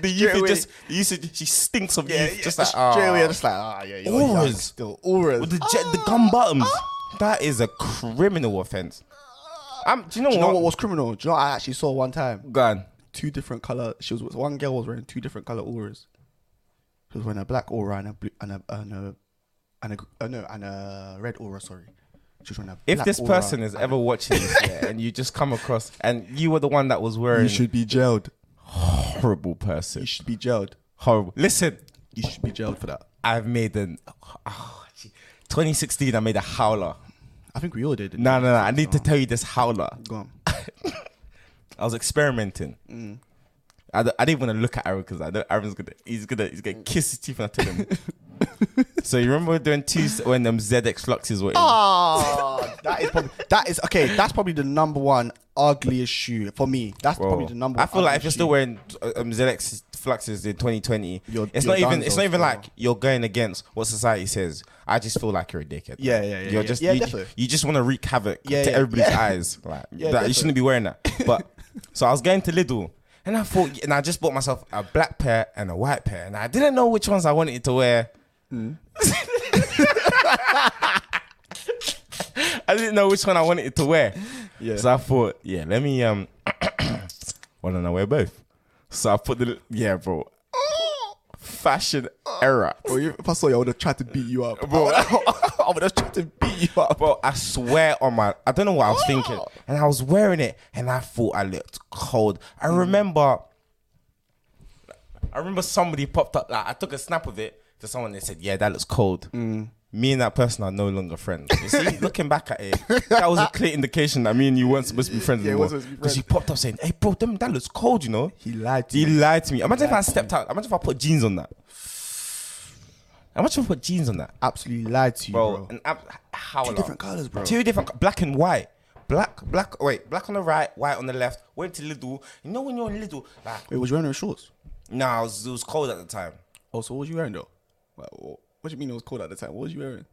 Speaker 1: the youth is
Speaker 2: away.
Speaker 1: just the youth. is- She stinks of
Speaker 2: Yeah,
Speaker 1: youth.
Speaker 2: yeah,
Speaker 1: just "Ah." like
Speaker 2: straight away,
Speaker 1: ah.
Speaker 2: I'm just like, ah, yeah, you're young
Speaker 1: Auras.
Speaker 2: still auras.
Speaker 1: with the jet, the gum bottoms. That is a criminal offense. I'm, do you know
Speaker 2: Do you know
Speaker 1: what?
Speaker 2: what was criminal? Do you know what I actually saw one time?
Speaker 1: Go on.
Speaker 2: Two different color. She was one girl was wearing two different color auras. She was wearing a black aura and a blue and a and a and a gr- uh, no and a red aura. Sorry, she was wearing a.
Speaker 1: If
Speaker 2: black
Speaker 1: this
Speaker 2: aura.
Speaker 1: person is ever watching this yeah, and you just come across and you were the one that was wearing
Speaker 2: you should be jailed.
Speaker 1: horrible
Speaker 2: You
Speaker 1: person.
Speaker 2: should be jailed.
Speaker 1: Horrible. Listen,
Speaker 2: You should be jailed for that.
Speaker 1: I've made an oh, gee. 2016 I made a howler.
Speaker 2: I think we all did.
Speaker 1: No, no, no. I need to tell you this howler.
Speaker 2: Go on.
Speaker 1: I was experimenting. I, d- I didn't want to look at Aaron because I know Aaron's gonna he's gonna he's gonna kiss his teeth when I tell him. so you remember doing two when them ZX Fluxes were in?
Speaker 2: Oh, Ah, that is probably that is okay. That's probably the number one ugliest shoe for me. That's
Speaker 1: Bro,
Speaker 2: probably the number.
Speaker 1: I feel
Speaker 2: one
Speaker 1: like
Speaker 2: ugliest
Speaker 1: if you're
Speaker 2: shoe.
Speaker 1: still wearing uh, um, ZX Fluxes in 2020,
Speaker 2: You're-
Speaker 1: it's
Speaker 2: you're
Speaker 1: not even
Speaker 2: done
Speaker 1: it's
Speaker 2: though,
Speaker 1: not even
Speaker 2: bro.
Speaker 1: like you're going against what society says. I just feel like you're a dickhead.
Speaker 2: Yeah, yeah, yeah,
Speaker 1: You're
Speaker 2: yeah.
Speaker 1: just
Speaker 2: Yeah,
Speaker 1: you,
Speaker 2: definitely.
Speaker 1: you just want to wreak havoc
Speaker 2: Yeah,
Speaker 1: to
Speaker 2: yeah,
Speaker 1: everybody's
Speaker 2: yeah.
Speaker 1: eyes. Like
Speaker 2: Yeah,
Speaker 1: that, you
Speaker 2: definitely.
Speaker 1: shouldn't be wearing that. But so I was going to Lidl. And I thought, and I just bought myself a black pair and a white pair, and I didn't know which ones I wanted to wear. I didn't know which one I wanted to wear.
Speaker 2: Yeah.
Speaker 1: So I thought, yeah, let me um why don't I wear both? So I put the yeah, bro. Fashion error.
Speaker 2: Bro, you- if I saw you, I would have tried to beat you up. Bro, I would have tried to beat you up.
Speaker 1: Bro, I swear on my I don't know what I was thinking. And I was wearing it and I thought I looked cold. I
Speaker 2: Mm.
Speaker 1: remember I remember somebody popped up like I took a snap of it to someone and they said, Yeah, that looks cold.
Speaker 2: Mm.
Speaker 1: Me and that person are no longer friends. You see, looking back at it, that was a clear indication that me and you weren't supposed to be friends
Speaker 2: Yeah,
Speaker 1: anymore.
Speaker 2: weren't supposed to be
Speaker 1: Because he popped up saying, Hey bro, them, that looks cold, you know?
Speaker 2: He lied to
Speaker 1: He
Speaker 2: you.
Speaker 1: lied to me. Imagine if I stepped out. Imagine if I put jeans on that. Imagine if I put jeans on that,
Speaker 2: Absolutely lied to you,
Speaker 1: bro.
Speaker 2: bro.
Speaker 1: And I'm, how
Speaker 2: Two different colours, bro.
Speaker 1: Two different co- black and white. Black, black. Wait, black on the right, white on the left. Went to Lidl. You know when you're in Lidl, like
Speaker 2: Wait, was you wearing those shorts?
Speaker 1: nah, it was, it was cold at the time.
Speaker 2: Oh, so what was you wearing though? Like, wha- what, do you mean it was cold at the time? What was you wearing?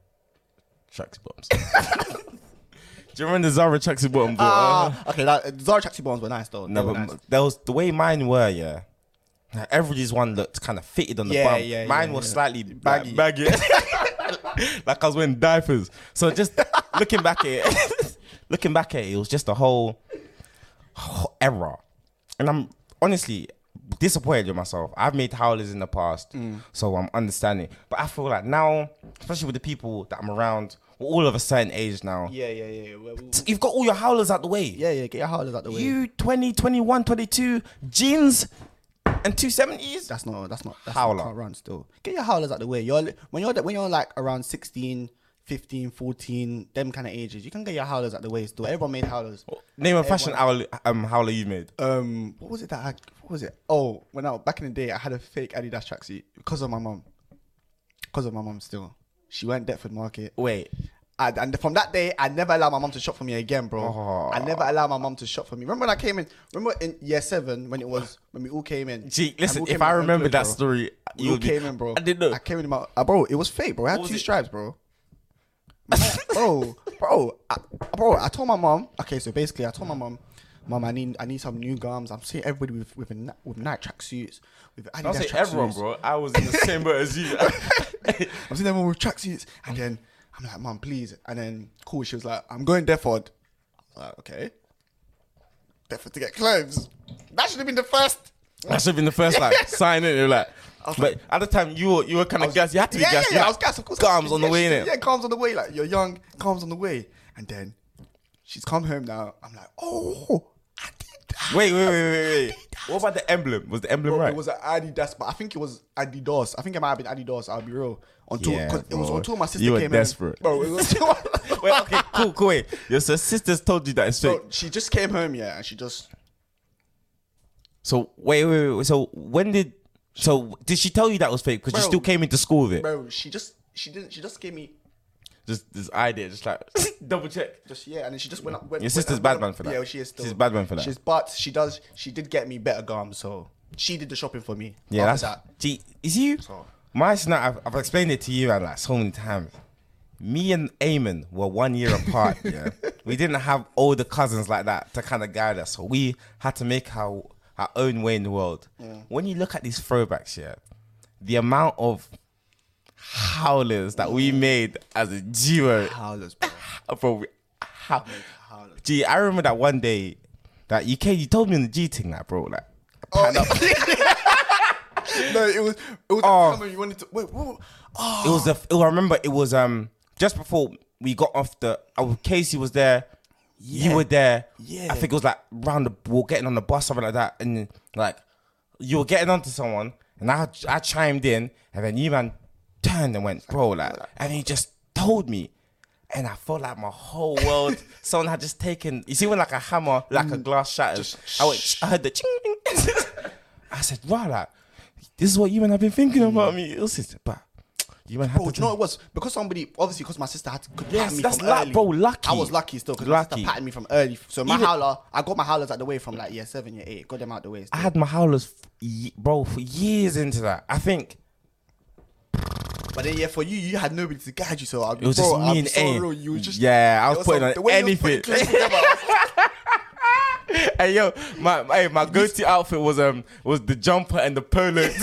Speaker 1: Traxy bottoms. Do you remember the Zara traxy bottom? bro?
Speaker 2: Ah, okay. That, Zara tracksuit bottoms were nice though. They
Speaker 1: No,
Speaker 2: were
Speaker 1: but
Speaker 2: nice.
Speaker 1: m- there was the way mine were, yeah. Like, everybody's one looked kind of fitted on the
Speaker 2: Yeah,
Speaker 1: bum.
Speaker 2: yeah,
Speaker 1: mine
Speaker 2: yeah,
Speaker 1: was
Speaker 2: yeah.
Speaker 1: slightly baggy,
Speaker 2: Baggy.
Speaker 1: baggy. like I was wearing diapers. So just looking back at it, looking back at it, it was just a whole, whole error. And I'm honestly disappointed with myself. I've made howlers in the past,
Speaker 2: Mm.
Speaker 1: so I'm understanding. But I feel like now, especially with the people that I'm around, we're all of a certain age now.
Speaker 2: yeah, yeah, yeah. Well, well,
Speaker 1: You've got all your howlers out the way.
Speaker 2: Yeah, yeah. Get your howlers out the way.
Speaker 1: You 20, 21, 22, jeans and 270s?
Speaker 2: that's not. That's not. That's
Speaker 1: Howler.
Speaker 2: Not can't run still. Get your howlers out the way. You're li- when you're the- when you're like around 16, 15, 14, them kind of ages. You can get your howlers out the way still. Everyone made howlers.
Speaker 1: Name a fashion hourly, um, howler you made.
Speaker 2: um what was it that I what was it? Oh, when I back in the day I had a fake Adidas tracksuit because of my mum. Because of my mum still. She went Deptford Market.
Speaker 1: Wait.
Speaker 2: And, and from that day, I never allowed my mum to shop for me again, bro.
Speaker 1: Oh.
Speaker 2: I never allowed my mum to shop for me. Remember when I came in? Remember in year seven when it was when we all came in.
Speaker 1: Gee,
Speaker 2: And we
Speaker 1: listen,
Speaker 2: all came
Speaker 1: if
Speaker 2: in
Speaker 1: I
Speaker 2: our own
Speaker 1: remember that
Speaker 2: clothes, bro.
Speaker 1: story,
Speaker 2: we all
Speaker 1: would be-
Speaker 2: came in, bro.
Speaker 1: I didn't know.
Speaker 2: I came in, my, uh, bro. It was fake, bro. I had
Speaker 1: was
Speaker 2: two
Speaker 1: it?
Speaker 2: stripes, bro. My man- bro, bro, I, bro. I told my mom. Okay, so basically, I told my mom, mom, I need, I need some new gums. I'm seeing everybody with with a, na- with night tracksuits, with Adidas
Speaker 1: I'll say
Speaker 2: tracksuits.
Speaker 1: everyone, bro. I was in the same boat as you.
Speaker 2: I'm seeing everyone with tracksuits, and then I'm like, mom, please. And then cool, she was like, I'm going Deford. I was like, okay, Deford to get clothes. That should have been the first.
Speaker 1: that should have been the first like sign in. You're like, but at the time you were you were kind of gas. You had to be
Speaker 2: yeah,
Speaker 1: gas.
Speaker 2: Yeah, yeah, I was gassed, of course.
Speaker 1: Gums on the
Speaker 2: Yeah,
Speaker 1: way
Speaker 2: she-
Speaker 1: in.
Speaker 2: Yeah, calms on the way. Like you're young, calms on the way. And then she's come home now. I'm like, oh, I did that.
Speaker 1: Wait, wait, wait, wait, wait. What about the emblem? Was the emblem
Speaker 2: Bro,
Speaker 1: right?
Speaker 2: It was an Adidas, but I think it was Adidas. I think it might have been Adidas. I'll be real. Until
Speaker 1: Yeah,
Speaker 2: cause it was
Speaker 1: bro.
Speaker 2: until my sister
Speaker 1: You were
Speaker 2: came
Speaker 1: desperate.
Speaker 2: home. Bro, it was
Speaker 1: wait, okay, cool, cool. Wait, your s- sisters told you that it's fake.
Speaker 2: bro, she just came home, yeah, and she just
Speaker 1: So wait, wait, wait. So when did? So did she tell you that was fake? Because you
Speaker 2: Bro.
Speaker 1: still came into school with it.
Speaker 2: bro, she just she didn't she just gave me
Speaker 1: just this idea, just like double check.
Speaker 2: just yeah, and then she just went up. Went,
Speaker 1: Your
Speaker 2: went
Speaker 1: sister's
Speaker 2: up-
Speaker 1: bad
Speaker 2: went
Speaker 1: man
Speaker 2: up-
Speaker 1: for that.
Speaker 2: Yeah, she is still.
Speaker 1: She's bad man for that.
Speaker 2: She's but she does she did get me better gums, so she did the shopping for me.
Speaker 1: Yeah,
Speaker 2: after
Speaker 1: that's Gee, is you?
Speaker 2: So-
Speaker 1: My snap. I've, I've explained it to you and like so many times. Me and Eamon were one year apart. Yeah, we didn't have older cousins like that to kind of guide us, so we had to make our our own way in the world. When you look at these throwbacks, yeah, the amount of howlers that we made as a duo,
Speaker 2: Howlers, bro.
Speaker 1: bro, we- how-
Speaker 2: Howlers.
Speaker 1: G, I remember that one day that you came, you told me on the G thing that, bro. Like,
Speaker 2: Oh, no, it was it was
Speaker 1: Oh.
Speaker 2: that time when you wanted to wait. What, oh,
Speaker 1: it was a, oh, I remember it was um just before we got off the. Oh, Casey was there. You were there.
Speaker 2: Yeah.
Speaker 1: I think it was like round the. We were getting on the bus, something like that, and like you were getting onto someone, and I I chimed in, and then you man turned and went, bro, like, and he just told me. And I felt like my whole world, someone had just taken. You see, when like a hammer, like a glass shatters. I went, I heard the ching. ching. I said, "Wow, like, this is what you man have been thinking about me." It was just, but you man had
Speaker 2: bro,
Speaker 1: to
Speaker 2: do you know what it was because somebody obviously because my sister had could
Speaker 1: Yes,
Speaker 2: pat me
Speaker 1: that's
Speaker 2: from
Speaker 1: luck,
Speaker 2: early.
Speaker 1: bro, lucky.
Speaker 2: I was lucky still because my sister
Speaker 1: Lucky.
Speaker 2: patted me from early. So my
Speaker 1: Even-
Speaker 2: howler, I got my howlers out the way from like year seven, year eight. Got them out the way.
Speaker 1: I
Speaker 2: still.
Speaker 1: had my howlers, f- ye- bro, for years into that. I think
Speaker 2: But then yeah, for you, you had nobody to guide you. So I,
Speaker 1: it was
Speaker 2: bro,
Speaker 1: just me
Speaker 2: I'm
Speaker 1: and
Speaker 2: so
Speaker 1: A.
Speaker 2: real, You was just
Speaker 1: yeah, I was,
Speaker 2: there was
Speaker 1: putting
Speaker 2: some-
Speaker 1: on
Speaker 2: the way you was putting
Speaker 1: anything.
Speaker 2: clues together, I was like,
Speaker 1: hey yo, my hey, my go-to outfit was um was the jumper and the polo.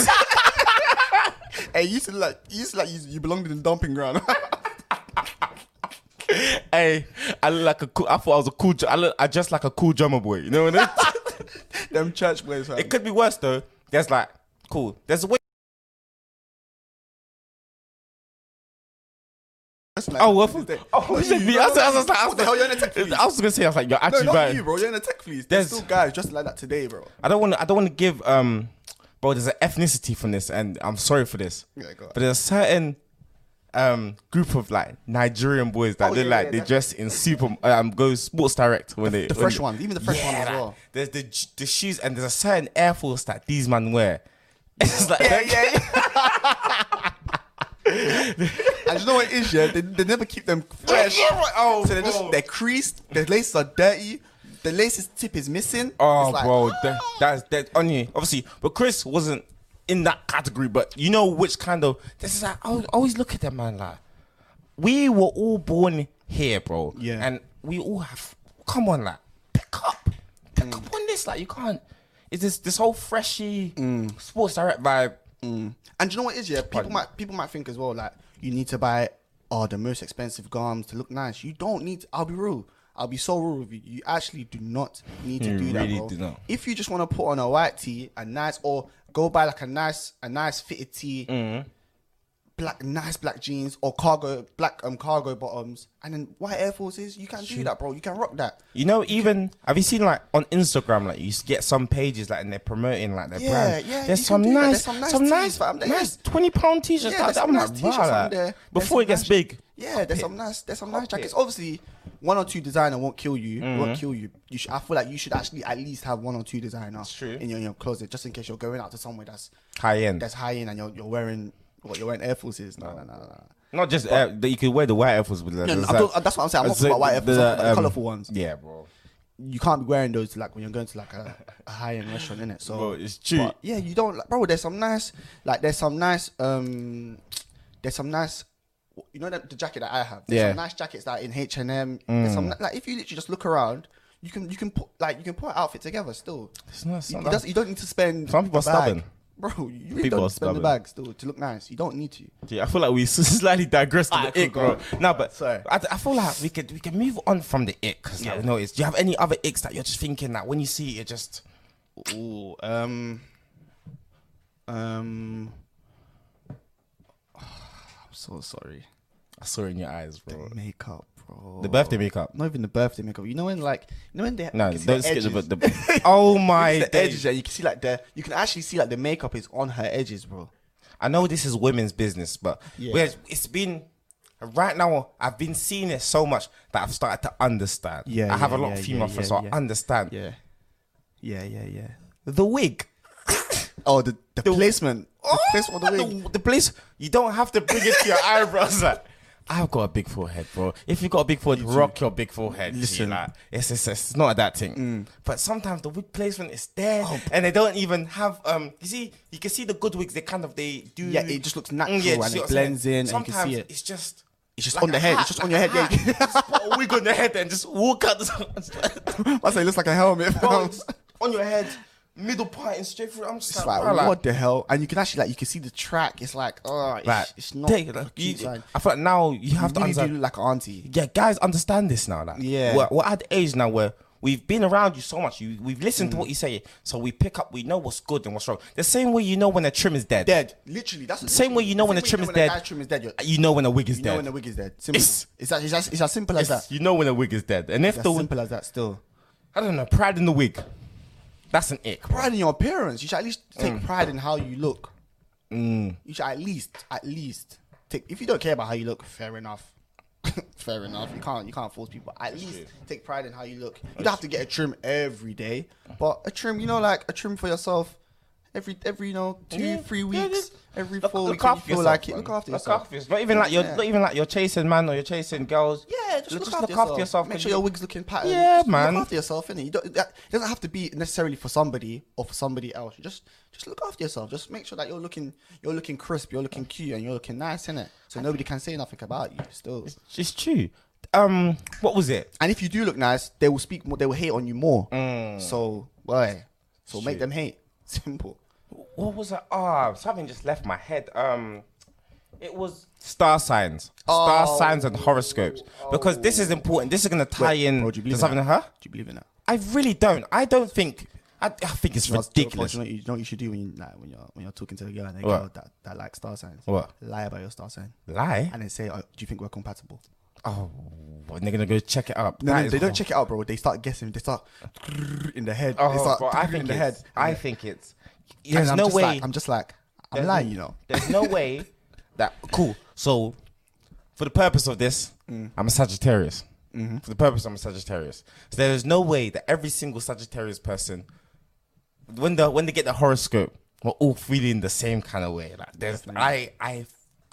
Speaker 2: Hey, you used to like you used to like you, you belonged in the dumping ground.
Speaker 1: hey, I look like a cool. I thought I was a cool. dr- I look, I dressed like a cool drummer boy. You know what I mean?
Speaker 2: them church boys. fam.
Speaker 1: It could be worse though. There's like cool. There's a way.
Speaker 2: That's like-
Speaker 1: Oh, well,
Speaker 2: this is the-
Speaker 1: oh,
Speaker 2: Not
Speaker 1: it should
Speaker 2: you,
Speaker 1: be.
Speaker 2: bro.
Speaker 1: I was, I was like, I was
Speaker 2: what the hell? You're in a
Speaker 1: like-
Speaker 2: tech fleet.
Speaker 1: I was gonna say, I was like, you're
Speaker 2: No,
Speaker 1: actually
Speaker 2: not
Speaker 1: bad.
Speaker 2: you, bro. You're in a tech fleet. There's,
Speaker 1: There's-
Speaker 2: still guys just like that today, bro.
Speaker 1: I don't want to. I don't want to give. Um, bro, there's an ethnicity from this, and I'm sorry for this.
Speaker 2: Yeah, go on.
Speaker 1: but there's a certain um group of like Nigerian boys that
Speaker 2: Oh,
Speaker 1: look
Speaker 2: yeah,
Speaker 1: like
Speaker 2: yeah,
Speaker 1: they
Speaker 2: that-
Speaker 1: dress in super um go Sports Direct when they
Speaker 2: the
Speaker 1: when
Speaker 2: fresh
Speaker 1: they-
Speaker 2: ones, even the fresh ones as
Speaker 1: like,
Speaker 2: well.
Speaker 1: There's the j- the shoes, and there's a certain Air Force that these men wear. It's like
Speaker 2: Yeah, yeah, yeah. and you know what it is, yeah? They, they never keep them fresh.
Speaker 1: Yeah, right. Oh,
Speaker 2: so they're
Speaker 1: bro.
Speaker 2: just they're creased, their laces are dirty, the laces tip is missing.
Speaker 1: Oh,
Speaker 2: It's like,
Speaker 1: bro, that, that's that on you. Obviously, but Chris wasn't in that category. But you know which kind of this is. Like, I al- always look at that man like we were all born here, bro.
Speaker 2: Yeah.
Speaker 1: and we all have. Come on, like pick up, pick
Speaker 2: Mm.
Speaker 1: up on this. Like you can't. It's this this whole freshy
Speaker 2: Mm.
Speaker 1: sports direct vibe.
Speaker 2: And do you know what it is, yeah? People might people might think as well, like, you need to buy oh the most expensive garms to look nice. You don't need to, I'll be real. I'll be so real with you. You actually do not need to
Speaker 1: You
Speaker 2: do
Speaker 1: really
Speaker 2: that. Bro.
Speaker 1: do not.
Speaker 2: If you just want to put on a white tee, a nice or go buy like a nice a nice fitted tee,
Speaker 1: Mm-hmm.
Speaker 2: black nice black jeans or cargo black um cargo bottoms and then white air forces, you can do that, bro. You can rock that.
Speaker 1: You know, even have you seen like on Instagram, like you s- get some pages like and they're promoting like their
Speaker 2: Yeah,
Speaker 1: brand.
Speaker 2: yeah,
Speaker 1: there's
Speaker 2: you
Speaker 1: some
Speaker 2: can do that.
Speaker 1: nice,
Speaker 2: There's
Speaker 1: some
Speaker 2: some
Speaker 1: nice,
Speaker 2: nice
Speaker 1: some
Speaker 2: tees,
Speaker 1: nice,
Speaker 2: fam. There's-
Speaker 1: twenty pound t-shirts.
Speaker 2: Yeah,
Speaker 1: like
Speaker 2: there's
Speaker 1: that.
Speaker 2: some
Speaker 1: I'm
Speaker 2: nice
Speaker 1: like,
Speaker 2: t-shirts
Speaker 1: wow,
Speaker 2: on
Speaker 1: like,
Speaker 2: there. There's
Speaker 1: Before
Speaker 2: some
Speaker 1: it gets
Speaker 2: nice-
Speaker 1: big,
Speaker 2: Yeah, there's some nice, there's some nice
Speaker 1: Copy
Speaker 2: jackets.
Speaker 1: it. Mm-hmm.
Speaker 2: Obviously, one or two designer won't kill you, won't kill you. You should, I feel like you should actually at least have one or two designers
Speaker 1: true.
Speaker 2: in your in your closet, just in case you're going out to somewhere that's
Speaker 1: high end.
Speaker 2: that's high end and you're you're wearing what you're wearing Air Forces. No, no, no, no. no.
Speaker 1: Not just uh, that you could wear the white Air Force with. Like,
Speaker 2: no,
Speaker 1: there's
Speaker 2: I'm
Speaker 1: that-
Speaker 2: talking- that's what I'm saying. I'm not
Speaker 1: there's
Speaker 2: talking about white Air Force, I'm talking about the
Speaker 1: um,
Speaker 2: colourful ones.
Speaker 1: Yeah, bro.
Speaker 2: You can't be wearing those like when you're going to like a, a high end restaurant, innit? So
Speaker 1: Bro, it's cheap.
Speaker 2: but yeah, you don't like, bro. There's some nice, like there's some nice, um, there's some nice. You know that the jacket that I have. There's
Speaker 1: Yeah. Mm.
Speaker 2: Some nice jackets that are in H and M. There's some like if you literally just look around, you can you can put like you can put an outfit together still.
Speaker 1: It's not- it's
Speaker 2: you,
Speaker 1: not
Speaker 2: you
Speaker 1: that-
Speaker 2: does- you don't need to spend.
Speaker 1: Some people
Speaker 2: the
Speaker 1: are
Speaker 2: bag.
Speaker 1: stubborn.
Speaker 2: Bro, you really
Speaker 1: People are
Speaker 2: don't spend the
Speaker 1: stubborn.
Speaker 2: bag still to look nice. You don't need to.
Speaker 1: Yeah, I feel like we s- slightly digressed on
Speaker 2: Alright,
Speaker 1: the ick,
Speaker 2: cool, go
Speaker 1: bro. No, but
Speaker 2: Sorry.
Speaker 1: I, I feel like we could we can move on from the ick because like, we know it's. Do you have any other icks that you're just thinking that when you see it, you're just
Speaker 2: Ooh, um, um, I'm so sorry.
Speaker 1: I saw it in your eyes, bro.
Speaker 2: Makeup, bro.
Speaker 1: The birthday makeup.
Speaker 2: not even the birthday makeup. You know when like you know when they
Speaker 1: No,
Speaker 2: you can see
Speaker 1: don't
Speaker 2: the
Speaker 1: skip the,
Speaker 2: edges?
Speaker 1: the, the. Oh my
Speaker 2: the
Speaker 1: days.
Speaker 2: edges. Yeah, you can see like the you can actually see like the makeup is on her edges, bro.
Speaker 1: I know this is women's business, but
Speaker 2: Yeah.
Speaker 1: whereas it's been right now. I've been seeing it so much that I've started to understand.
Speaker 2: Yeah,
Speaker 1: I have a
Speaker 2: yeah,
Speaker 1: lot of
Speaker 2: yeah,
Speaker 1: female
Speaker 2: yeah,
Speaker 1: friends,
Speaker 2: yeah,
Speaker 1: so
Speaker 2: yeah.
Speaker 1: I understand.
Speaker 2: Yeah, yeah, yeah, yeah.
Speaker 1: The wig.
Speaker 2: Oh, the, the, placement. The placement of the wig.
Speaker 1: Oh, the, the place you don't have to bring it to your eyebrows. Like, I've got a big forehead, bro. If you got a big forehead, rock your big forehead. Listen,
Speaker 2: Listen. Mm.
Speaker 1: like, it's, it's it's not that thing. But sometimes the wig placement is
Speaker 2: Oh,
Speaker 1: there, and they don't even have. Um, you see, you can see the good wigs. They kind of they do.
Speaker 2: Yeah, it just looks
Speaker 1: Mm,
Speaker 2: natural
Speaker 1: do you see
Speaker 2: and it
Speaker 1: what I'm saying?
Speaker 2: blends in and you can see
Speaker 1: Sometimes
Speaker 2: it.
Speaker 1: It's just.
Speaker 2: It's just
Speaker 1: like
Speaker 2: on the
Speaker 1: a
Speaker 2: head.
Speaker 1: hat,
Speaker 2: It's just on your
Speaker 1: like
Speaker 2: head.
Speaker 1: a
Speaker 2: Yeah.
Speaker 1: hat. just put a wig on your head and just walk out. The
Speaker 2: I say it looks like a helmet.
Speaker 1: Bro, it's on your head. middle part and straight through. I'm just
Speaker 2: It's
Speaker 1: like,
Speaker 2: like,
Speaker 1: bruh, like,
Speaker 2: what the hell? And you can actually like you can see the track. It's like, oh, it's,
Speaker 1: like,
Speaker 2: it's not.
Speaker 1: take it, like,
Speaker 2: cute,
Speaker 1: you-
Speaker 2: like,
Speaker 1: I feel like now you have
Speaker 2: you
Speaker 1: to
Speaker 2: really do
Speaker 1: understand.
Speaker 2: look like an auntie.
Speaker 1: Yeah, guys, understand this now. Like,
Speaker 2: Yeah.
Speaker 1: we're, we're at the age now where we've been around you so much. You, we've listened
Speaker 2: Mm.
Speaker 1: to what you say, so we pick up. We know what's good and what's wrong. The same way you know when a trim is dead.
Speaker 2: Dead. Literally, that's the
Speaker 1: Same way you know when a trim
Speaker 2: same way
Speaker 1: is
Speaker 2: you know
Speaker 1: dead.
Speaker 2: When a guy's trim is dead. You're,
Speaker 1: You know when a wig is
Speaker 2: you know
Speaker 1: dead.
Speaker 2: when the wig is dead. Simple.
Speaker 1: It's-
Speaker 2: It's it's as, it's as, it's as simple as that.
Speaker 1: you know when a wig is dead. And if
Speaker 2: It's as
Speaker 1: the
Speaker 2: simple as that. Still,
Speaker 1: I don't know, pride in the wig. That's an ick. bro.
Speaker 2: pride in your appearance. You should at least take
Speaker 1: Mm.
Speaker 2: pride in how you look. You should at least, at least take. If you don't care about how you look, fair enough. fair enough. You can't, you can't force people. At least take pride in how you look. You don't have to get a trim every day, but a trim, you know, like a trim for yourself. Every, every, you know, two,
Speaker 1: Yeah.
Speaker 2: three
Speaker 1: Yeah,
Speaker 2: weeks,
Speaker 1: just
Speaker 2: every
Speaker 1: Look-
Speaker 2: four
Speaker 1: look
Speaker 2: weeks, when you
Speaker 1: after
Speaker 2: feel
Speaker 1: yourself,
Speaker 2: like it.
Speaker 1: man.
Speaker 2: Look after yourself.
Speaker 1: Not even like you're
Speaker 2: Yeah.
Speaker 1: not even like you're chasing man or you're chasing girls.
Speaker 2: Yeah, just, look, after yourself. Make sure your wig's looking patterned.
Speaker 1: Yeah,
Speaker 2: Just
Speaker 1: man.
Speaker 2: Look after yourself, innit? You don't, that, it doesn't have to be necessarily for somebody or for somebody else. You just just look after yourself. Just make sure that you're looking you're looking crisp, you're looking cute, and you're looking nice, innit? So nobody can say nothing about you still.
Speaker 1: It's true. Um, what was it?
Speaker 2: And if you do look nice, they will speak more. They will hate on you more.
Speaker 1: Mm.
Speaker 2: So why? So make them hate. Simple.
Speaker 1: What was that? Ah, something just left my head. Um, it was star signs, star
Speaker 2: Oh.
Speaker 1: signs and horoscopes because this is important. This is gonna tie in
Speaker 2: bro, do you
Speaker 1: to
Speaker 2: believe
Speaker 1: something.
Speaker 2: in that?
Speaker 1: Huh?
Speaker 2: Do you believe in that?
Speaker 1: I really don't. I don't think. I, I think it's
Speaker 2: That's-
Speaker 1: ridiculous.
Speaker 2: You know, what you, you know what you should do when you like, when you're when you're talking to a girl and a
Speaker 1: What?
Speaker 2: girl that, that likes star signs.
Speaker 1: What?
Speaker 2: Lie about your star sign
Speaker 1: Lie.
Speaker 2: and then say, oh, "Do you think we're compatible?"
Speaker 1: Oh, and they're gonna go check it up.
Speaker 2: No,
Speaker 1: That
Speaker 2: no,
Speaker 1: is
Speaker 2: they don't check it out, bro. They start guessing. They start in the head.
Speaker 1: Oh,
Speaker 2: they start
Speaker 1: bro, I think
Speaker 2: in the head.
Speaker 1: it's, I think it's.
Speaker 2: And
Speaker 1: There's
Speaker 2: I'm
Speaker 1: no
Speaker 2: just
Speaker 1: way.
Speaker 2: Like, I'm just like, I'm
Speaker 1: there's-
Speaker 2: lying, you know.
Speaker 1: There's no way that cool. So, for the purpose of this,
Speaker 2: Mm.
Speaker 1: I'm a Sagittarius.
Speaker 2: Mm-hmm.
Speaker 1: For the purpose, I'm a Sagittarius. So there is no way that every single Sagittarius person, when the when they get the horoscope, we're all feeling the same kind of way. Like there's, I I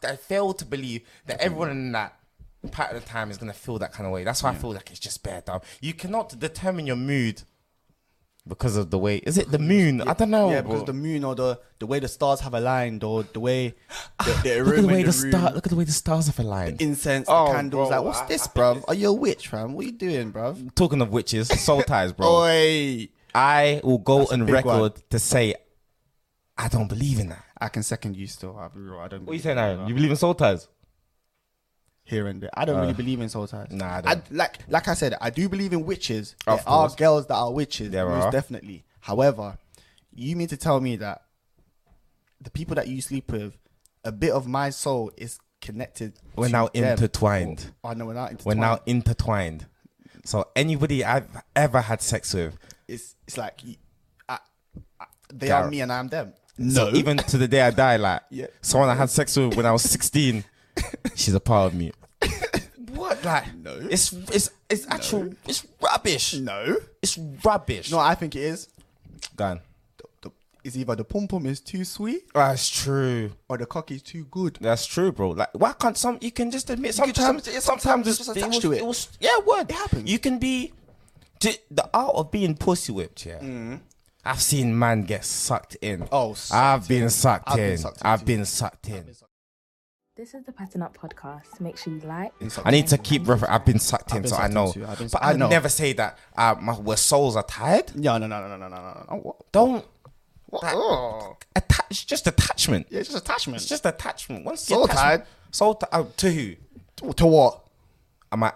Speaker 1: I fail to believe that everyone in that part of the time is gonna feel that kind of way. That's why I feel like it's just bad. Dumb. You cannot determine your mood. Because of the way, is it the moon? I don't know.
Speaker 2: yeah,
Speaker 1: bro.
Speaker 2: because the moon or the the way the stars have aligned or the way the, the
Speaker 1: Look at
Speaker 2: aroma
Speaker 1: the
Speaker 2: in
Speaker 1: way the
Speaker 2: the room,
Speaker 1: star. Look at the way the stars have aligned.
Speaker 2: incense,
Speaker 1: Oh,
Speaker 2: the candles.
Speaker 1: bro,
Speaker 2: like, what's
Speaker 1: I- I
Speaker 2: this,
Speaker 1: think
Speaker 2: bro? Are you a witch, fam? What are you doing, bro?
Speaker 1: Talking of witches, soul ties, bro.
Speaker 2: Oi,
Speaker 1: I will go on
Speaker 2: big
Speaker 1: record
Speaker 2: one.
Speaker 1: to say I don't believe in that.
Speaker 2: I can second you still. I'll be real. I don't.
Speaker 1: What you
Speaker 2: believe
Speaker 1: saying,
Speaker 2: in
Speaker 1: Aaron?
Speaker 2: that.
Speaker 1: You believe in soul ties?
Speaker 2: here and there. I don't really believe in soul ties.
Speaker 1: Uh, nah, I don't.
Speaker 2: like like I said, I do believe in witches. There
Speaker 1: Of
Speaker 2: are
Speaker 1: course.
Speaker 2: girls that are witches,
Speaker 1: There
Speaker 2: most
Speaker 1: are.
Speaker 2: definitely. However, you mean to tell me that the people that you sleep with, a bit of my soul is connected.
Speaker 1: We're
Speaker 2: to
Speaker 1: now
Speaker 2: them.
Speaker 1: intertwined.
Speaker 2: Oh no, we're not intertwined.
Speaker 1: We're now intertwined. So anybody I've ever had sex with,
Speaker 2: It's it's like you- I, I, they
Speaker 1: Gar-
Speaker 2: are me and I'm them.
Speaker 1: so even to the day I die, like
Speaker 2: Yeah.
Speaker 1: someone I had sex with when I was sixteen, she's a part of me. what? Like
Speaker 2: No.
Speaker 1: It's it's it's actual. It's rubbish.
Speaker 2: no.
Speaker 1: It's rubbish.
Speaker 2: No, I think it is.
Speaker 1: Gone.
Speaker 2: The, it's either the pom pom is too sweet
Speaker 1: That's true.
Speaker 2: or the cock is too good.
Speaker 1: That's true, bro. Like, why can't some? You can just admit
Speaker 2: You could just-
Speaker 1: sometimes.
Speaker 2: yeah,
Speaker 1: sometimes,
Speaker 2: sometimes
Speaker 1: it's,
Speaker 2: just
Speaker 1: it
Speaker 2: attach
Speaker 1: was-
Speaker 2: to it.
Speaker 1: It was, yeah, word.
Speaker 2: It happens.
Speaker 1: You can be t- the art of being pussy whipped. Yeah, I've seen man get sucked in.
Speaker 2: Mm. Oh, sucked
Speaker 1: I've been sucked
Speaker 2: I've been
Speaker 1: in.
Speaker 2: sucked in
Speaker 1: I've
Speaker 2: too.
Speaker 1: been sucked in.
Speaker 3: This is the Pattern Up podcast. Make sure you like,
Speaker 1: I need to keep. Refer- I've been sucked
Speaker 2: I've
Speaker 1: in,
Speaker 2: been
Speaker 1: so
Speaker 2: sucked
Speaker 1: I
Speaker 2: in
Speaker 1: know.
Speaker 2: too. I've been
Speaker 1: but
Speaker 2: sucked-
Speaker 1: I
Speaker 2: I know.
Speaker 1: never say that. Uh, my, where souls are tied.
Speaker 2: No, no, no, no, no, no, no, no. What?
Speaker 1: Don't
Speaker 2: what?
Speaker 1: That-
Speaker 2: Oh.
Speaker 1: attach. It's just attachment.
Speaker 2: Yeah, it's just attachment.
Speaker 1: It's just attachment. Once the
Speaker 2: Soul
Speaker 1: attachment-
Speaker 2: tied?
Speaker 1: Soul tied. Oh, to who?
Speaker 2: To, to what?
Speaker 1: Am I?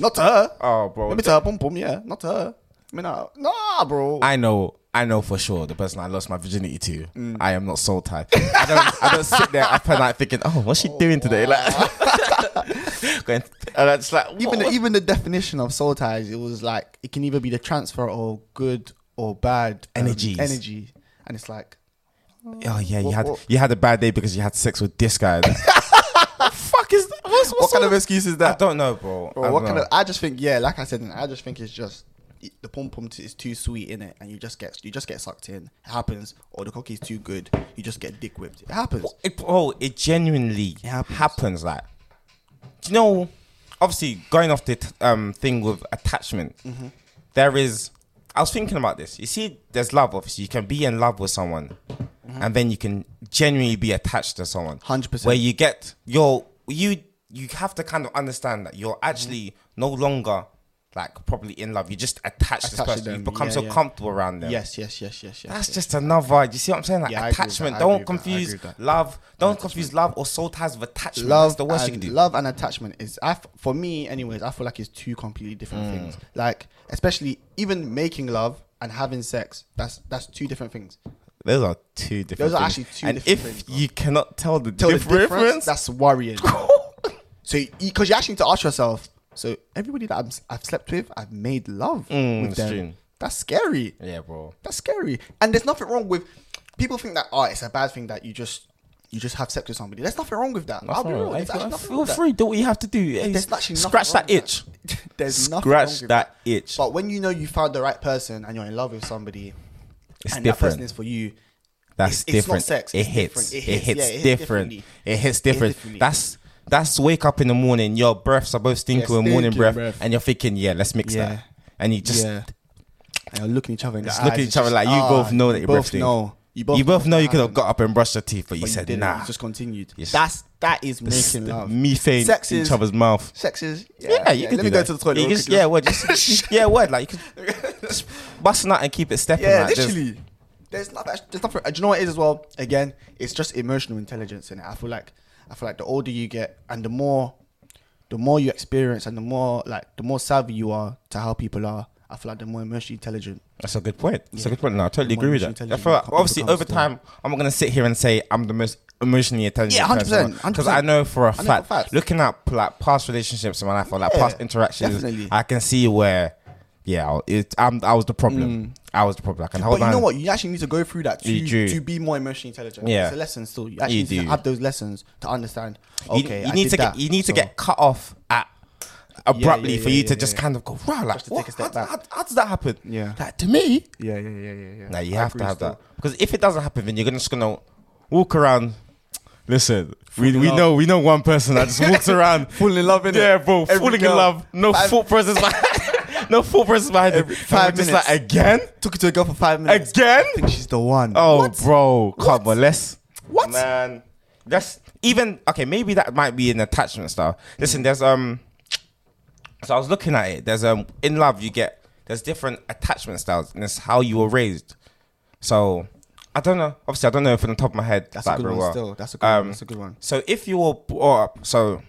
Speaker 2: Not to her.
Speaker 1: Oh, bro.
Speaker 2: Maybe to her, pom pom, yeah. Not to her. I mean, uh, nah, bro.
Speaker 1: I know, I know for sure the person I lost my virginity to.
Speaker 2: Mm.
Speaker 1: I am not soul tied. I don't, I don't sit there after night thinking, oh, what's she doing today? Like, going, and I just like
Speaker 2: even
Speaker 1: what-
Speaker 2: the, even the definition of soul ties, it was like it can either be the transfer or good or bad um,
Speaker 1: Energies.
Speaker 2: energy, and it's like
Speaker 1: oh yeah, you
Speaker 2: what-
Speaker 1: had
Speaker 2: what-
Speaker 1: you had a bad day because you had sex with this guy. What fuck is that? What's, what's
Speaker 2: what kind
Speaker 1: all
Speaker 2: of excuse is
Speaker 1: I
Speaker 2: that?
Speaker 1: don't know, bro. I
Speaker 2: Bro,
Speaker 1: don't
Speaker 2: what kind
Speaker 1: know.
Speaker 2: of? I just think yeah, like I said, I just think it's just the pom pom t- is too sweet in it, and you just get you just get sucked in. It happens, or the cocky is too good, you just get dick whipped. It happens.
Speaker 1: it, bro, it genuinely happens.
Speaker 2: happens.
Speaker 1: Like, do you know? Obviously, going off the t- um thing with attachment,
Speaker 2: Mm-hmm.
Speaker 1: there is. I was thinking about this. You see, there's love. Obviously, you can be in love with someone,
Speaker 2: Mm-hmm.
Speaker 1: and then you can genuinely be attached to someone.
Speaker 2: 100%.
Speaker 1: Where you
Speaker 2: Mm-hmm.
Speaker 1: get your you you have to kind of understand that you're actually no longer like properly in love. You just attach to this
Speaker 2: Attach to
Speaker 1: person. You
Speaker 2: them.
Speaker 1: become
Speaker 2: Yeah,
Speaker 1: so
Speaker 2: yeah.
Speaker 1: comfortable around them.
Speaker 2: Yes, yes, yes, yes, yes.
Speaker 1: That's
Speaker 2: yes.
Speaker 1: just another. You see what I'm saying? Like
Speaker 2: Yeah, I agree with
Speaker 1: attachment.
Speaker 2: that, I
Speaker 1: Don't
Speaker 2: agree with that, I
Speaker 1: confuse
Speaker 2: agree with that.
Speaker 1: love. Don't confuse love or soul ties with attachment. That's
Speaker 2: love
Speaker 1: the worst you can
Speaker 2: and-
Speaker 1: do.
Speaker 2: Love and attachment is, I f- for me, anyways, I feel like it's two completely different
Speaker 1: Mm.
Speaker 2: things. Like, especially even making love and having sex, that's that's two different things.
Speaker 1: Those are two different.
Speaker 2: Those are
Speaker 1: things.
Speaker 2: actually two
Speaker 1: And
Speaker 2: different
Speaker 1: if
Speaker 2: things, bro.
Speaker 1: you cannot tell the,
Speaker 2: Tell the
Speaker 1: difference,
Speaker 2: difference, that's worrying. so, because you actually need to ask yourself, so everybody that I'm, s- I've slept with, I've made love with
Speaker 1: Mm, it's
Speaker 2: them.
Speaker 1: true.
Speaker 2: That's scary.
Speaker 1: yeah, bro.
Speaker 2: That's scary. And there's nothing wrong with people think that oh, it's a bad thing that you just you just have sex with somebody. There's nothing wrong with that. I'll be
Speaker 1: Fine.
Speaker 2: real.
Speaker 1: Hey,
Speaker 2: There's
Speaker 1: feel,
Speaker 2: actually nothing wrong
Speaker 1: feel
Speaker 2: with that.
Speaker 1: free. Do what you have to do. Hey,
Speaker 2: There's actually nothing
Speaker 1: scratch
Speaker 2: wrong
Speaker 1: that
Speaker 2: with
Speaker 1: itch.
Speaker 2: There's nothing wrong
Speaker 1: Scratch
Speaker 2: with
Speaker 1: that itch.
Speaker 2: But when you know you found the right person and you're in love with somebody,
Speaker 1: It's
Speaker 2: and that person
Speaker 1: different.
Speaker 2: is for you,
Speaker 1: That's
Speaker 2: it's- it's
Speaker 1: different.
Speaker 2: not sex,
Speaker 1: It
Speaker 2: it's
Speaker 1: hits. It
Speaker 2: different. It
Speaker 1: hits.
Speaker 2: hits, yeah, it hits
Speaker 1: different.
Speaker 2: differently.
Speaker 1: It hits
Speaker 2: It
Speaker 1: different.
Speaker 2: hits differently.
Speaker 1: That's that's wake up in the morning. Your breaths are both stinky
Speaker 2: Yeah,
Speaker 1: and morning
Speaker 2: stinky
Speaker 1: breath,
Speaker 2: breath.
Speaker 1: and you're thinking, yeah, let's mix
Speaker 2: Yeah.
Speaker 1: that. And you just
Speaker 2: yeah, and you're looking at each other, in the
Speaker 1: Just look at
Speaker 2: eyes,
Speaker 1: each
Speaker 2: it's
Speaker 1: other
Speaker 2: just,
Speaker 1: like you
Speaker 2: ah,
Speaker 1: both know that your
Speaker 2: you both
Speaker 1: breath
Speaker 2: know. You both,
Speaker 1: you both know you
Speaker 2: what
Speaker 1: could have
Speaker 2: happened,
Speaker 1: got up and brushed your teeth, but, you
Speaker 2: but
Speaker 1: said
Speaker 2: didn't.
Speaker 1: nah.
Speaker 2: You just
Speaker 1: Just
Speaker 2: continued.
Speaker 1: Yes.
Speaker 2: That's that is making love.
Speaker 1: methane
Speaker 2: Sex
Speaker 1: in
Speaker 2: is-
Speaker 1: each other's mouth.
Speaker 2: Sex is yeah.
Speaker 1: Yeah, you
Speaker 2: yeah.
Speaker 1: could
Speaker 2: Let
Speaker 1: do
Speaker 2: me go
Speaker 1: that.
Speaker 2: to the toilet.
Speaker 1: You
Speaker 2: real
Speaker 1: just-
Speaker 2: quick,
Speaker 1: yeah,
Speaker 2: look.
Speaker 1: word. Just, just- yeah, word. Like you could just bust a nut and keep it stepping.
Speaker 2: Yeah,
Speaker 1: like, just-
Speaker 2: literally. There's not that. There's nothing. uh, Do you know what it is as well? Again, it's just emotional intelligence in it. I feel like, I feel like the older you get and the more, the more you experience and the more like the more savvy you are to how people are. I feel like the more emotionally intelligent.
Speaker 1: That's a good point. That's a
Speaker 2: Yeah.
Speaker 1: good point. No, I totally
Speaker 2: The
Speaker 1: agree
Speaker 2: more
Speaker 1: with that.
Speaker 2: emotionally
Speaker 1: I feel like,
Speaker 2: intelligent
Speaker 1: obviously,
Speaker 2: becomes
Speaker 1: over
Speaker 2: the-
Speaker 1: time, I'm not going to sit here and say I'm the most emotionally intelligent
Speaker 2: Yeah, 100%,
Speaker 1: Because I know for a
Speaker 2: I know for
Speaker 1: fact,
Speaker 2: facts.
Speaker 1: looking at like past relationships in my life or like
Speaker 2: Yeah,
Speaker 1: past interactions,
Speaker 2: definitely.
Speaker 1: I can see where, yeah, it, I'm, I was the problem. I was the problem. I can hold
Speaker 2: Mm. but you
Speaker 1: on.
Speaker 2: know what? You actually need to go through that
Speaker 1: You
Speaker 2: to,
Speaker 1: do.
Speaker 2: to be more emotionally intelligent.
Speaker 1: Yeah.
Speaker 2: it's a lesson still. You actually
Speaker 1: You
Speaker 2: need to
Speaker 1: do.
Speaker 2: have those lessons to understand.
Speaker 1: You-
Speaker 2: Okay,
Speaker 1: you,
Speaker 2: I
Speaker 1: need
Speaker 2: did
Speaker 1: to
Speaker 2: that,
Speaker 1: get you need to
Speaker 2: so-
Speaker 1: get cut off at abruptly
Speaker 2: yeah,
Speaker 1: for
Speaker 2: yeah,
Speaker 1: you
Speaker 2: yeah,
Speaker 1: to just
Speaker 2: yeah.
Speaker 1: kind of go wow, like
Speaker 2: Just to
Speaker 1: what?
Speaker 2: take a step
Speaker 1: how,
Speaker 2: back.
Speaker 1: how- how does that happen?
Speaker 2: Yeah.
Speaker 1: like to me,
Speaker 2: Yeah, yeah, yeah, yeah, yeah.
Speaker 1: Now you
Speaker 2: I
Speaker 1: have to
Speaker 2: agree
Speaker 1: have
Speaker 2: still.
Speaker 1: that because if it doesn't happen, then you're gonna- just gonna walk around. Listen, we, we
Speaker 2: love.
Speaker 1: know we know one person that just walks around
Speaker 2: Falling in love, innit?
Speaker 1: Yeah, bro,
Speaker 2: Every
Speaker 1: falling in
Speaker 2: girl.
Speaker 1: love. No
Speaker 2: Five-
Speaker 1: foot presses behind. no foot presses behind. him.
Speaker 2: Every
Speaker 1: And
Speaker 2: five
Speaker 1: we're just
Speaker 2: minutes.
Speaker 1: like again,
Speaker 2: Took it to a girl for five minutes.
Speaker 1: again.
Speaker 2: I think she's the one.
Speaker 1: Oh,
Speaker 2: What?
Speaker 1: bro, come on, let's.
Speaker 2: What?
Speaker 1: man? That's even okay. Maybe that might be an attachment style. Listen, there's um. So I was looking at it. There's um in love you get there's different attachment styles and it's how you were raised. So I don't know. Obviously, I don't know from the top of my head.
Speaker 2: That's a
Speaker 1: like,
Speaker 2: good
Speaker 1: very
Speaker 2: one
Speaker 1: well.
Speaker 2: still. That's a good
Speaker 1: Um,
Speaker 2: one. That's a good one.
Speaker 1: So if you were brought up, so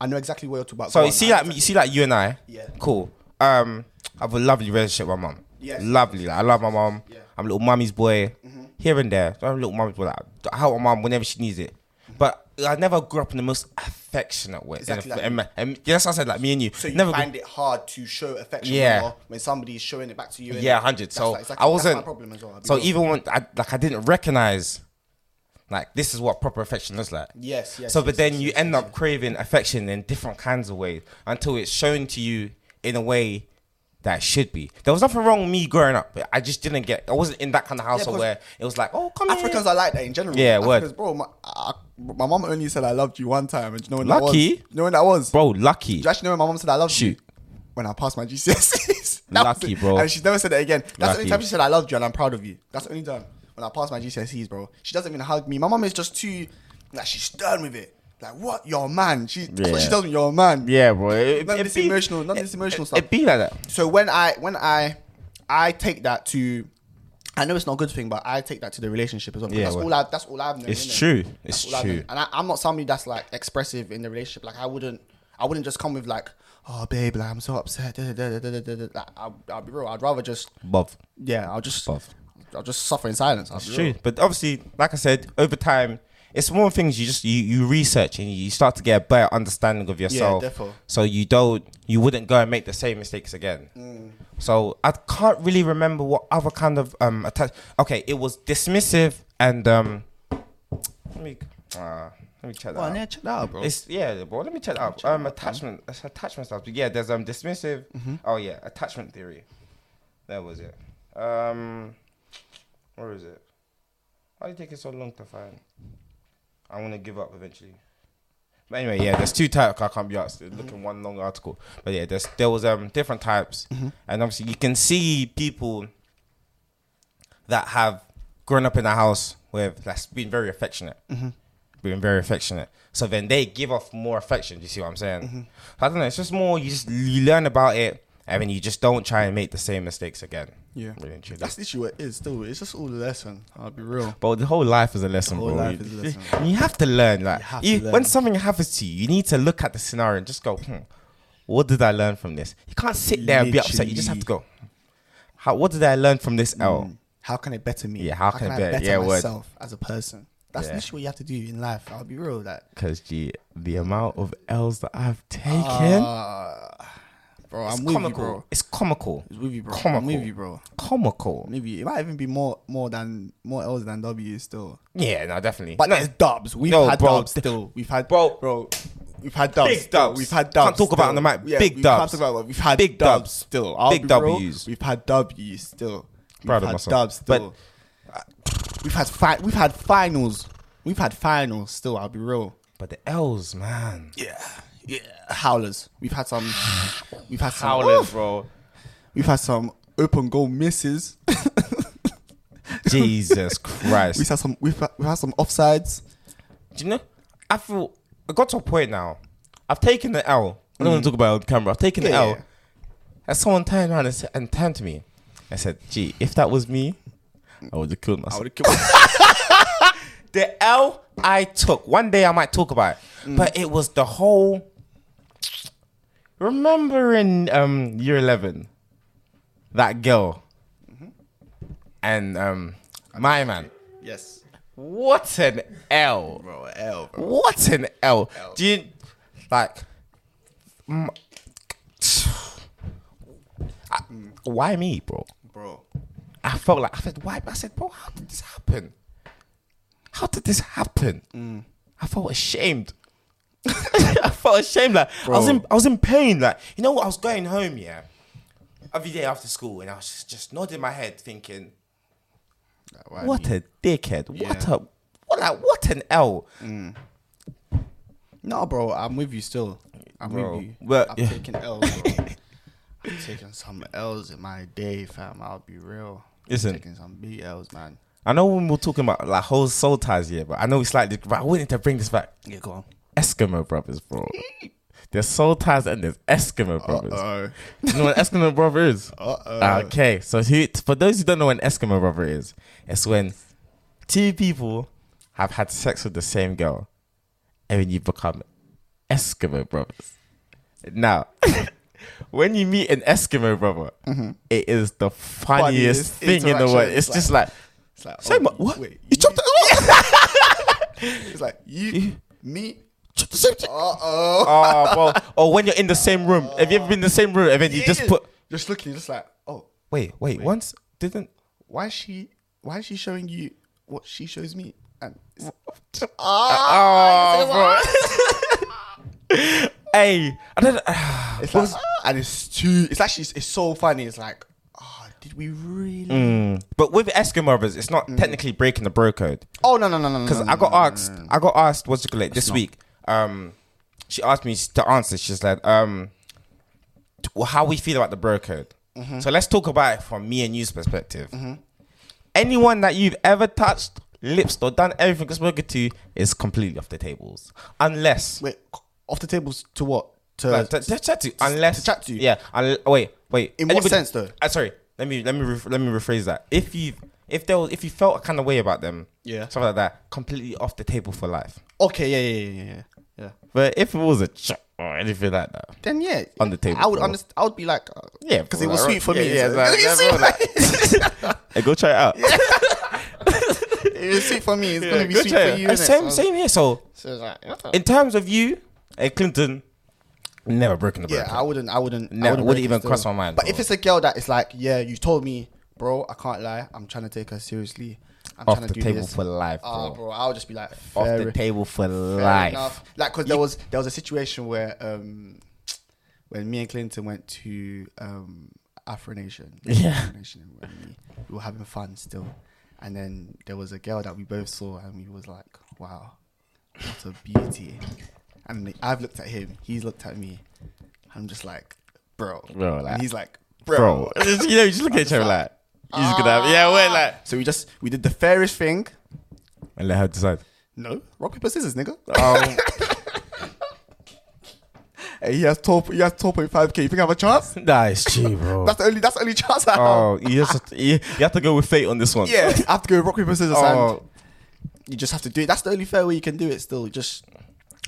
Speaker 2: I know exactly what you're talking about.
Speaker 1: so
Speaker 2: Go
Speaker 1: you
Speaker 2: on.
Speaker 1: see like me- you see like you and I.
Speaker 2: Yeah.
Speaker 1: Cool. Um, I have a lovely relationship with my mum.
Speaker 2: Yes.
Speaker 1: Lovely. Like, I love my mum.
Speaker 2: Yeah. Mm-hmm.
Speaker 1: I'm a little mummy's boy. Here and there. I'm a little mummy's boy. Like, I help my mum whenever she needs it. But I never grew up in the most affectionate way.
Speaker 2: Mm-hmm. Exactly
Speaker 1: And,
Speaker 2: like
Speaker 1: and, and- yeah, that's what I said. Like me and you.
Speaker 2: So you
Speaker 1: never.
Speaker 2: find it hard to show affection
Speaker 1: Yeah.
Speaker 2: when, you're- when somebody's showing it back to you. innit?
Speaker 1: yeah, hundred.
Speaker 2: That's
Speaker 1: So
Speaker 2: like exactly-
Speaker 1: I
Speaker 2: that's
Speaker 1: wasn't.
Speaker 2: my problem as well. I'll be
Speaker 1: so
Speaker 2: real.
Speaker 1: even when I like, I didn't recognize. Like this is what proper affection looks like.
Speaker 2: Yes, yes,
Speaker 1: So, but
Speaker 2: yes,
Speaker 1: then
Speaker 2: yes,
Speaker 1: you
Speaker 2: yes,
Speaker 1: end
Speaker 2: yes,
Speaker 1: up craving affection in different kinds of ways until it's shown to you in a way that it should be. There was nothing wrong with me growing up. but I just didn't get. I wasn't in that kind of household
Speaker 2: 'cause
Speaker 1: where it was like, oh, come
Speaker 2: Africans
Speaker 1: here.
Speaker 2: are like that in general.
Speaker 1: Yeah, word.
Speaker 2: Africans, bro. My, I, my mom only said I loved you one time, and do you know when
Speaker 1: Lucky.
Speaker 2: that was? You know when that was?
Speaker 1: bro, lucky.
Speaker 2: Do you actually know when my mom said I loved
Speaker 1: Shoot.
Speaker 2: you? When I passed my GCSEs. That was
Speaker 1: Lucky,
Speaker 2: it.
Speaker 1: bro.
Speaker 2: And she's never said it again. That's the
Speaker 1: Lucky.
Speaker 2: only time she said I loved you and I'm proud of you. That's the only time. When I passed my GCSEs, bro. She doesn't even hug me. My mom is just too, like, she's stern with it. Like, what? You're a man. She, that's what
Speaker 1: Yeah.
Speaker 2: she tells me, you're a man.
Speaker 1: Yeah, bro. It,
Speaker 2: None
Speaker 1: it
Speaker 2: of this
Speaker 1: be-
Speaker 2: emotional, none of this emotional
Speaker 1: it,
Speaker 2: stuff.
Speaker 1: It be like that.
Speaker 2: So when I, when I, I take that to, I know it's not a good thing, but I take that to the relationship as well. because
Speaker 1: Yeah,
Speaker 2: that's,
Speaker 1: well,
Speaker 2: all I, that's all I've known.
Speaker 1: It's
Speaker 2: innit?
Speaker 1: true.
Speaker 2: That's
Speaker 1: It's
Speaker 2: all I've
Speaker 1: true.
Speaker 2: known. And I, I'm not somebody that's like expressive in the relationship. Like I wouldn't, I wouldn't just come with like, oh babe, like I'm so upset. Da, da, da, da, da, da, da. Like, I'll, I'll be real. I'd rather just,
Speaker 1: Love.
Speaker 2: yeah, I'll just,
Speaker 1: Both.
Speaker 2: I'll just suffer in silence. I'll
Speaker 1: It's
Speaker 2: be real.
Speaker 1: true. But obviously, like I said, over time, it's more things you just you, you research and you start to get a better understanding of yourself.
Speaker 2: defo.
Speaker 1: so you don't you wouldn't go and make the same mistakes again. So I can't really remember what other kind of um attach. Okay, it was dismissive and um. Let me uh, let me check that.
Speaker 2: Go on,
Speaker 1: out.
Speaker 2: yeah, check that out, bro.
Speaker 1: It's yeah, bro. Let me check that out. Um, attachment. That's attachment stuff. Yeah, there's um dismissive. Oh yeah, attachment theory. That was it. Um, where is it? Why did it take it so long to find? I'm gonna give up eventually. But anyway, yeah, there's two types. I can't be asked. Look in one long article. But yeah, there's there was um different types, and obviously you can see people that have grown up in a house with that's been very affectionate, being very affectionate. So then they give off more affection. Do you see what I'm saying? I don't know. It's just more you just you learn about it, and then you just don't try and make the same mistakes again.
Speaker 2: Yeah.
Speaker 1: Really and truly.
Speaker 2: That's literally what it is. Still, it's just all a lesson. I'll be real.
Speaker 1: But the whole life is a lesson,
Speaker 2: Whole
Speaker 1: bro.
Speaker 2: life
Speaker 1: You-
Speaker 2: is a lesson.
Speaker 1: You have to learn. Like
Speaker 2: You have to
Speaker 1: you-
Speaker 2: learn.
Speaker 1: when something happens to you, you need to look at the scenario and just go, hmm, what did I learn from this? You can't sit there and be upset. You just have to go, how, what did I learn from this L?
Speaker 2: How can it better me?
Speaker 1: Yeah, how can it
Speaker 2: I
Speaker 1: better-
Speaker 2: better,
Speaker 1: yeah, word.
Speaker 2: myself as a person? That's
Speaker 1: Yeah.
Speaker 2: literally what you have to do in life. I'll be real. That
Speaker 1: Because gee, the amount of L's that I've taken,
Speaker 2: bro,
Speaker 1: it's
Speaker 2: I'm Ah, with
Speaker 1: comical.
Speaker 2: you, bro.
Speaker 1: It's comical,
Speaker 2: It's with you, bro. I'm
Speaker 1: Comical.
Speaker 2: with you, bro.
Speaker 1: comical.
Speaker 2: Maybe it might even be more, more than more L's than W's still.
Speaker 1: Yeah, no, definitely.
Speaker 2: But there's dubs. We've
Speaker 1: No,
Speaker 2: had
Speaker 1: bro.
Speaker 2: dubs still. We've had
Speaker 1: Bro.
Speaker 2: bro. We've had dubs.
Speaker 1: Big
Speaker 2: still.
Speaker 1: dubs.
Speaker 2: We've had dubs.
Speaker 1: Can't talk about it on the
Speaker 2: still.
Speaker 1: mic. Big
Speaker 2: we
Speaker 1: dubs.
Speaker 2: Can't talk about it. We've had
Speaker 1: Big
Speaker 2: big
Speaker 1: dubs.
Speaker 2: dubs still. I'll
Speaker 1: Big
Speaker 2: be real.
Speaker 1: Ws.
Speaker 2: We've had W's still. We've
Speaker 1: Proud of
Speaker 2: had
Speaker 1: myself.
Speaker 2: dubs
Speaker 1: But-
Speaker 2: still. we've had fi- We've had finals. We've had finals still. I'll be real.
Speaker 1: But the L's, man.
Speaker 2: Yeah. Yeah. Howlers. We've had some. We've had some.
Speaker 1: Howlers, bro.
Speaker 2: We've had some open goal misses.
Speaker 1: Jesus Christ.
Speaker 2: we've had some. We've had, we've had some offsides.
Speaker 1: Do you know? I feel I got to a point now. I've taken the L. I don't want to talk about it on camera. I've taken the
Speaker 2: Yeah,
Speaker 1: L.
Speaker 2: yeah.
Speaker 1: And someone turned around and, said, and turned to me and said, "Gee, if that was me, I would have killed myself." the L I took. One day I might talk about it, but it was the whole. Remember in um, year eleven, that girl, Mm-hmm. and um, my man.
Speaker 2: yes.
Speaker 1: What an L.
Speaker 2: Bro, L. Bro.
Speaker 1: What an L. Do you like? mm, I- why me, bro?
Speaker 2: bro.
Speaker 1: I felt like I said, why? I said, bro, how did this happen? How did this happen? I felt ashamed. I felt ashamed. Like I was in, I was in pain. Like you know what? I was going home, yeah, every day after school, and I was just, just nodding my head, thinking, what a dickhead. What
Speaker 2: Yeah.
Speaker 1: a what like what an L.
Speaker 2: No, bro, I'm with you still. I'm
Speaker 1: Bro,
Speaker 2: with you.
Speaker 1: but-
Speaker 2: I've
Speaker 1: yeah.
Speaker 2: taken L's, bro. I've taken some L's in my day, fam. I'll be real.
Speaker 1: Listen.
Speaker 2: I've taken some big L's, man.
Speaker 1: I know when we're talking about like whole soul ties, yeah, but I know it's like, this- but I wanted to bring this back.
Speaker 2: Yeah, go on.
Speaker 1: Eskimo brothers, bro. There's soul ties and there's Eskimo brothers.
Speaker 2: Uh-oh.
Speaker 1: You know what an Eskimo brother is?
Speaker 2: Uh-oh.
Speaker 1: Okay, so who, for those who don't know what an Eskimo brother is, it's when two people have had sex with the same girl, and then you become Eskimo brothers. Now, when you meet an Eskimo brother, it is the funniest,
Speaker 2: Funniest
Speaker 1: thing in the world.
Speaker 2: interaction.
Speaker 1: It's
Speaker 2: It's
Speaker 1: just like.
Speaker 2: It's like,
Speaker 1: Say
Speaker 2: oh,
Speaker 1: my-
Speaker 2: you-
Speaker 1: what?
Speaker 2: Wait,
Speaker 1: You
Speaker 2: you-
Speaker 1: chopped
Speaker 2: It's like, you, me,
Speaker 1: the same thing.
Speaker 2: uh-oh.
Speaker 1: Oh, bro. Or when you're in the same room. Have you ever been in the same room and then you just
Speaker 2: Yeah.
Speaker 1: put.
Speaker 2: Just looking, just like, oh,
Speaker 1: Wait, wait. Once didn't.
Speaker 2: why is she, why is she showing you what she shows me? And it's- Ah,
Speaker 1: Oh, bro. hey, I don't.
Speaker 2: It's like, and it's too. It's actually it's so funny. It's like, oh, did we really?
Speaker 1: But with Eskimo brothers, it's not technically breaking the bro code.
Speaker 2: Oh no no no no! no,
Speaker 1: Because
Speaker 2: no,
Speaker 1: I got
Speaker 2: no, no,
Speaker 1: asked, I got asked, what's it called this week? Um, she asked me to answer. She's like, um, t- well, how we feel about the bro code.
Speaker 2: Mm-hmm.
Speaker 1: So let's talk about it from me and you's perspective. Anyone that you've ever touched, lips, or done everything spoken to is completely off the tables, unless
Speaker 2: Wait, off the tables to what? To
Speaker 1: like, to, to chat to, unless
Speaker 2: to chat to?
Speaker 1: Yeah. un- wait, wait.
Speaker 2: In what sense, though?
Speaker 1: Uh, sorry. Let me let me ref- let me rephrase that. If you if there was, if you felt a kind of way about them,
Speaker 2: Yeah.
Speaker 1: something like that, completely off the table for life.
Speaker 2: okay, yeah, yeah, yeah, yeah, yeah.
Speaker 1: But if it was a chat or anything like that,
Speaker 2: Then yeah,
Speaker 1: On the table,
Speaker 2: I would
Speaker 1: bro.
Speaker 2: understand. I would be like, uh,
Speaker 1: yeah,
Speaker 2: because it was sweet for me.
Speaker 1: Yeah,
Speaker 2: so-
Speaker 1: yeah,
Speaker 2: it was
Speaker 1: exactly.
Speaker 2: sweet, like,
Speaker 1: Hey, go try it out.
Speaker 2: it was sweet for me. It's
Speaker 1: Yeah,
Speaker 2: gonna be
Speaker 1: go
Speaker 2: sweet
Speaker 1: try
Speaker 2: for
Speaker 1: it.
Speaker 2: you.
Speaker 1: Uh,
Speaker 2: innit?
Speaker 1: Same,
Speaker 2: So-
Speaker 1: same here. So
Speaker 2: so it's like, yeah.
Speaker 1: in terms of you, hey, Clinton, never broken the
Speaker 2: yeah, I
Speaker 1: break.
Speaker 2: wouldn't. I wouldn't.
Speaker 1: Never-
Speaker 2: I
Speaker 1: wouldn't
Speaker 2: wouldn't, break it
Speaker 1: even
Speaker 2: still.
Speaker 1: cross my mind,
Speaker 2: But
Speaker 1: bro.
Speaker 2: if it's a girl that is like, yeah, you told me, bro, I can't lie. I'm trying to take her seriously. I'm
Speaker 1: Off
Speaker 2: trying
Speaker 1: the
Speaker 2: to do
Speaker 1: table
Speaker 2: this.
Speaker 1: for life,
Speaker 2: Ah,
Speaker 1: bro.
Speaker 2: bro, I would just be like,
Speaker 1: Off
Speaker 2: fair
Speaker 1: the table for
Speaker 2: Fair
Speaker 1: life.
Speaker 2: enough. Like, cause there was there was a situation where um, when me and Clinton went to um Afro Nation,
Speaker 1: Yeah.
Speaker 2: Afro Nation, and we, we were having fun still, and then there was a girl that we both saw, and we was like, wow, what a beauty. And I've looked at him, he's looked at me. I'm just like, bro,
Speaker 1: Bro, like-
Speaker 2: and he's like,
Speaker 1: bro.
Speaker 2: bro. Ah.
Speaker 1: you know, you just look at each other like, you just gonna have, yeah, we're like,
Speaker 2: So we just we did the fairest thing.
Speaker 1: and let her decide.
Speaker 2: No, rock paper scissors, nigga.
Speaker 1: Um,
Speaker 2: Um, Hey, he has twelve. He has twelve point five k. You think I have a chance?
Speaker 1: Nah, it's cheap, bro.
Speaker 2: That's the only. That's the only chance I have.
Speaker 1: oh, you just you, you have to go with fate on this one.
Speaker 2: Yeah, I have to go rock paper scissors.
Speaker 1: Oh.
Speaker 2: And you just have to do it. That's the only fair way you can do it. Still, just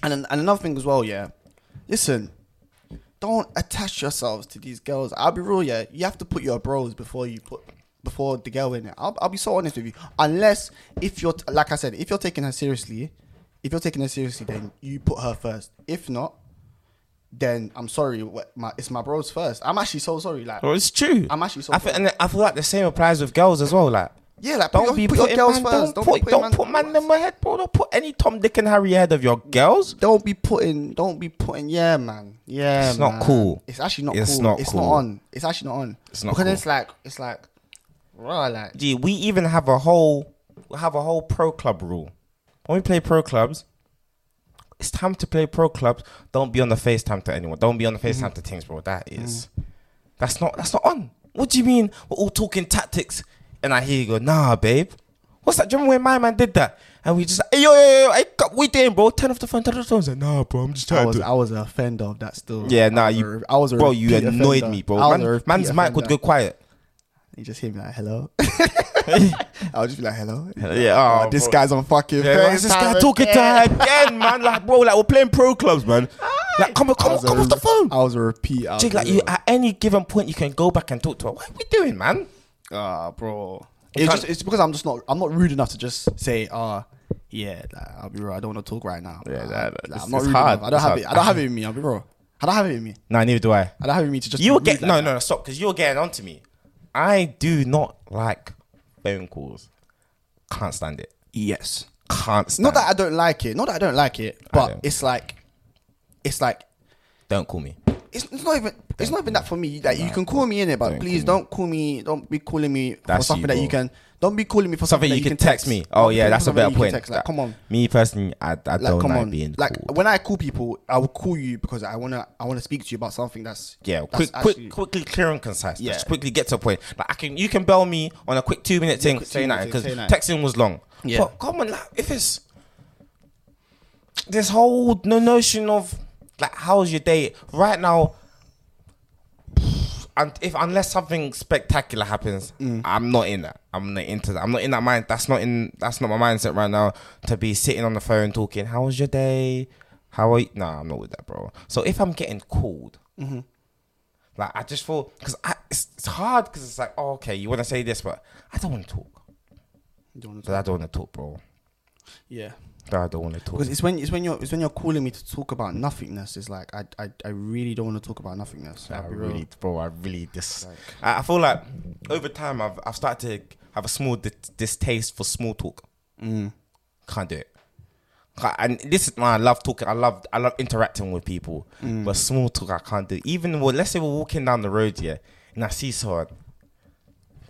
Speaker 2: and an- and another thing as well. Yeah, listen, don't attach yourselves to these girls. I'll be real. Yeah, you have to put your bros before you put before the girl in it. I'll, I'll be so honest with you. Unless if you're t- like I said, if you're taking her seriously, if you're taking her seriously, then you put her first. If not. Then I'm sorry, what- my, it's my bros first. I'm actually so sorry. Like,
Speaker 1: Bro, it's true.
Speaker 2: I'm actually so
Speaker 1: Oh. I feel, and I feel like the same applies with girls as well. Like,
Speaker 2: Yeah, like, put your- put your
Speaker 1: putting
Speaker 2: girls
Speaker 1: man-
Speaker 2: first.
Speaker 1: Don't,
Speaker 2: Don't be
Speaker 1: put,
Speaker 2: putting
Speaker 1: don't
Speaker 2: man
Speaker 1: put man
Speaker 2: first.
Speaker 1: in my head, bro. Don't put any Tom, Dick, and Harry ahead of your girls.
Speaker 2: don't be putting don't be putting yeah man yeah
Speaker 1: It's not
Speaker 2: man.
Speaker 1: cool.
Speaker 2: it's actually not
Speaker 1: It's
Speaker 2: cool
Speaker 1: not
Speaker 2: it's
Speaker 1: cool.
Speaker 2: not on it's actually not on
Speaker 1: It's not
Speaker 2: because
Speaker 1: cool.
Speaker 2: it's like it's like raw like
Speaker 1: Gee, we even have a whole we have a whole pro club rule. When we play pro clubs, it's time to play pro clubs. Don't be on the FaceTime to anyone. Don't be on the
Speaker 2: Mm-hmm.
Speaker 1: FaceTime to things, bro. That
Speaker 2: Mm.
Speaker 1: is- that's not that's not on. What do you mean we're all talking tactics? And I hear you go, nah, babe. What's that? Do you remember when my man did that? And we just hey yo yo yo, hey, co- we doing, bro? Turn off the phone, turn off the phone. He's like, nah, bro, I'm just
Speaker 2: I
Speaker 1: trying
Speaker 2: was
Speaker 1: to.
Speaker 2: I was an offender of that still
Speaker 1: yeah,
Speaker 2: I
Speaker 1: nah,
Speaker 2: was a
Speaker 1: you.
Speaker 2: re- I was a
Speaker 1: bro. You
Speaker 2: repeat
Speaker 1: annoyed
Speaker 2: offender.
Speaker 1: me, bro.
Speaker 2: I was a
Speaker 1: Man,
Speaker 2: repeat
Speaker 1: man's mic would
Speaker 2: offender.
Speaker 1: go quiet.
Speaker 2: you just hear me like hello I would just be like hello
Speaker 1: Yeah,
Speaker 2: oh,
Speaker 1: oh,
Speaker 2: this
Speaker 1: bro.
Speaker 2: guy's on fucking
Speaker 1: Yeah, why is this guy talking to her again, man? Like, bro, like we're playing pro clubs, man. Like, come on, come on, come off the phone.
Speaker 2: I was a repeat
Speaker 1: Jake, like, you at any given point, you can go back and talk to her. What are we doing, man?
Speaker 2: ah bro
Speaker 1: You
Speaker 2: it's
Speaker 1: can't-
Speaker 2: just it's because I'm just not I'm not rude enough to just say ah yeah like, I'll be real I don't want to talk right now
Speaker 1: Yeah,
Speaker 2: Like,
Speaker 1: that-
Speaker 2: I'm
Speaker 1: it's-
Speaker 2: not
Speaker 1: it's
Speaker 2: rude
Speaker 1: hard.
Speaker 2: enough. I don't
Speaker 1: It's
Speaker 2: have
Speaker 1: hard.
Speaker 2: it I don't have it in me I'll be real I don't have it in me
Speaker 1: No, neither do I.
Speaker 2: I don't have it in me to just
Speaker 1: You
Speaker 2: be
Speaker 1: were
Speaker 2: rude
Speaker 1: getting
Speaker 2: like
Speaker 1: no,
Speaker 2: that.
Speaker 1: no, no, stop, because you were getting onto me. I do not like phone calls. Can't stand it.
Speaker 2: Yes.
Speaker 1: Can't stand.
Speaker 2: Not that I don't like it. Not that I don't like it, but
Speaker 1: don't.
Speaker 2: it's like, it's like,
Speaker 1: Don't call me.
Speaker 2: it's, it's not even. It's not even that for me. Like you can call me in it, but
Speaker 1: Don't
Speaker 2: please
Speaker 1: call
Speaker 2: don't call me. Don't be calling me for
Speaker 1: That's
Speaker 2: something
Speaker 1: you,
Speaker 2: that you
Speaker 1: bro.
Speaker 2: can. Don't be calling me for
Speaker 1: Something
Speaker 2: something,
Speaker 1: you
Speaker 2: that
Speaker 1: can, text, me. Oh
Speaker 2: Don't be
Speaker 1: yeah,
Speaker 2: calling
Speaker 1: that's a
Speaker 2: something that
Speaker 1: better
Speaker 2: you can
Speaker 1: point.
Speaker 2: text. Like,
Speaker 1: That-
Speaker 2: come on.
Speaker 1: Me personally, I, I
Speaker 2: Like
Speaker 1: don't
Speaker 2: come
Speaker 1: like
Speaker 2: on.
Speaker 1: being
Speaker 2: like
Speaker 1: called.
Speaker 2: when I call people, I will call you because I wanna. I wanna speak to you about something that's
Speaker 1: Yeah,
Speaker 2: that's
Speaker 1: quick,
Speaker 2: actually-
Speaker 1: quick, quickly, clear and concise.
Speaker 2: Yeah.
Speaker 1: Just quickly get to a point. Like I can, you can bell me on a quick two minute thing,
Speaker 2: quick
Speaker 1: say
Speaker 2: two-minute
Speaker 1: nothing
Speaker 2: thing,
Speaker 1: because
Speaker 2: say nothing.
Speaker 1: texting was long.
Speaker 2: Yeah.
Speaker 1: but come on, like, if it's this whole no notion of like how's your day right now, and if unless something spectacular happens,
Speaker 2: Mm.
Speaker 1: I'm not in that. I'm not into that. I'm not in that mind. That's not in. That's not my mindset right now to be sitting on the phone talking. How was your day? How are you? Nah, I'm not with that, bro. So if I'm getting called, like I just feel because it's, it's hard because it's like, oh, okay, you want to say this, but I don't want to talk.
Speaker 2: You don't wanna
Speaker 1: But I don't want to talk, bro.
Speaker 2: Yeah.
Speaker 1: But I don't want to talk.
Speaker 2: Because it's when it's when you're it's when you're calling me to talk about nothingness. It's like I I, I really don't want to talk about nothingness.
Speaker 1: I
Speaker 2: I'll be real.
Speaker 1: really, bro. I really dis. I, I feel like over time I've I've started to have a small di- distaste for small talk.
Speaker 2: Mm.
Speaker 1: Can't do it. Ca- And this is why I love talking. I love I love interacting with people,
Speaker 2: Mm.
Speaker 1: but small talk I can't do. Even well, let's say we're walking down the road, yeah, and I see someone.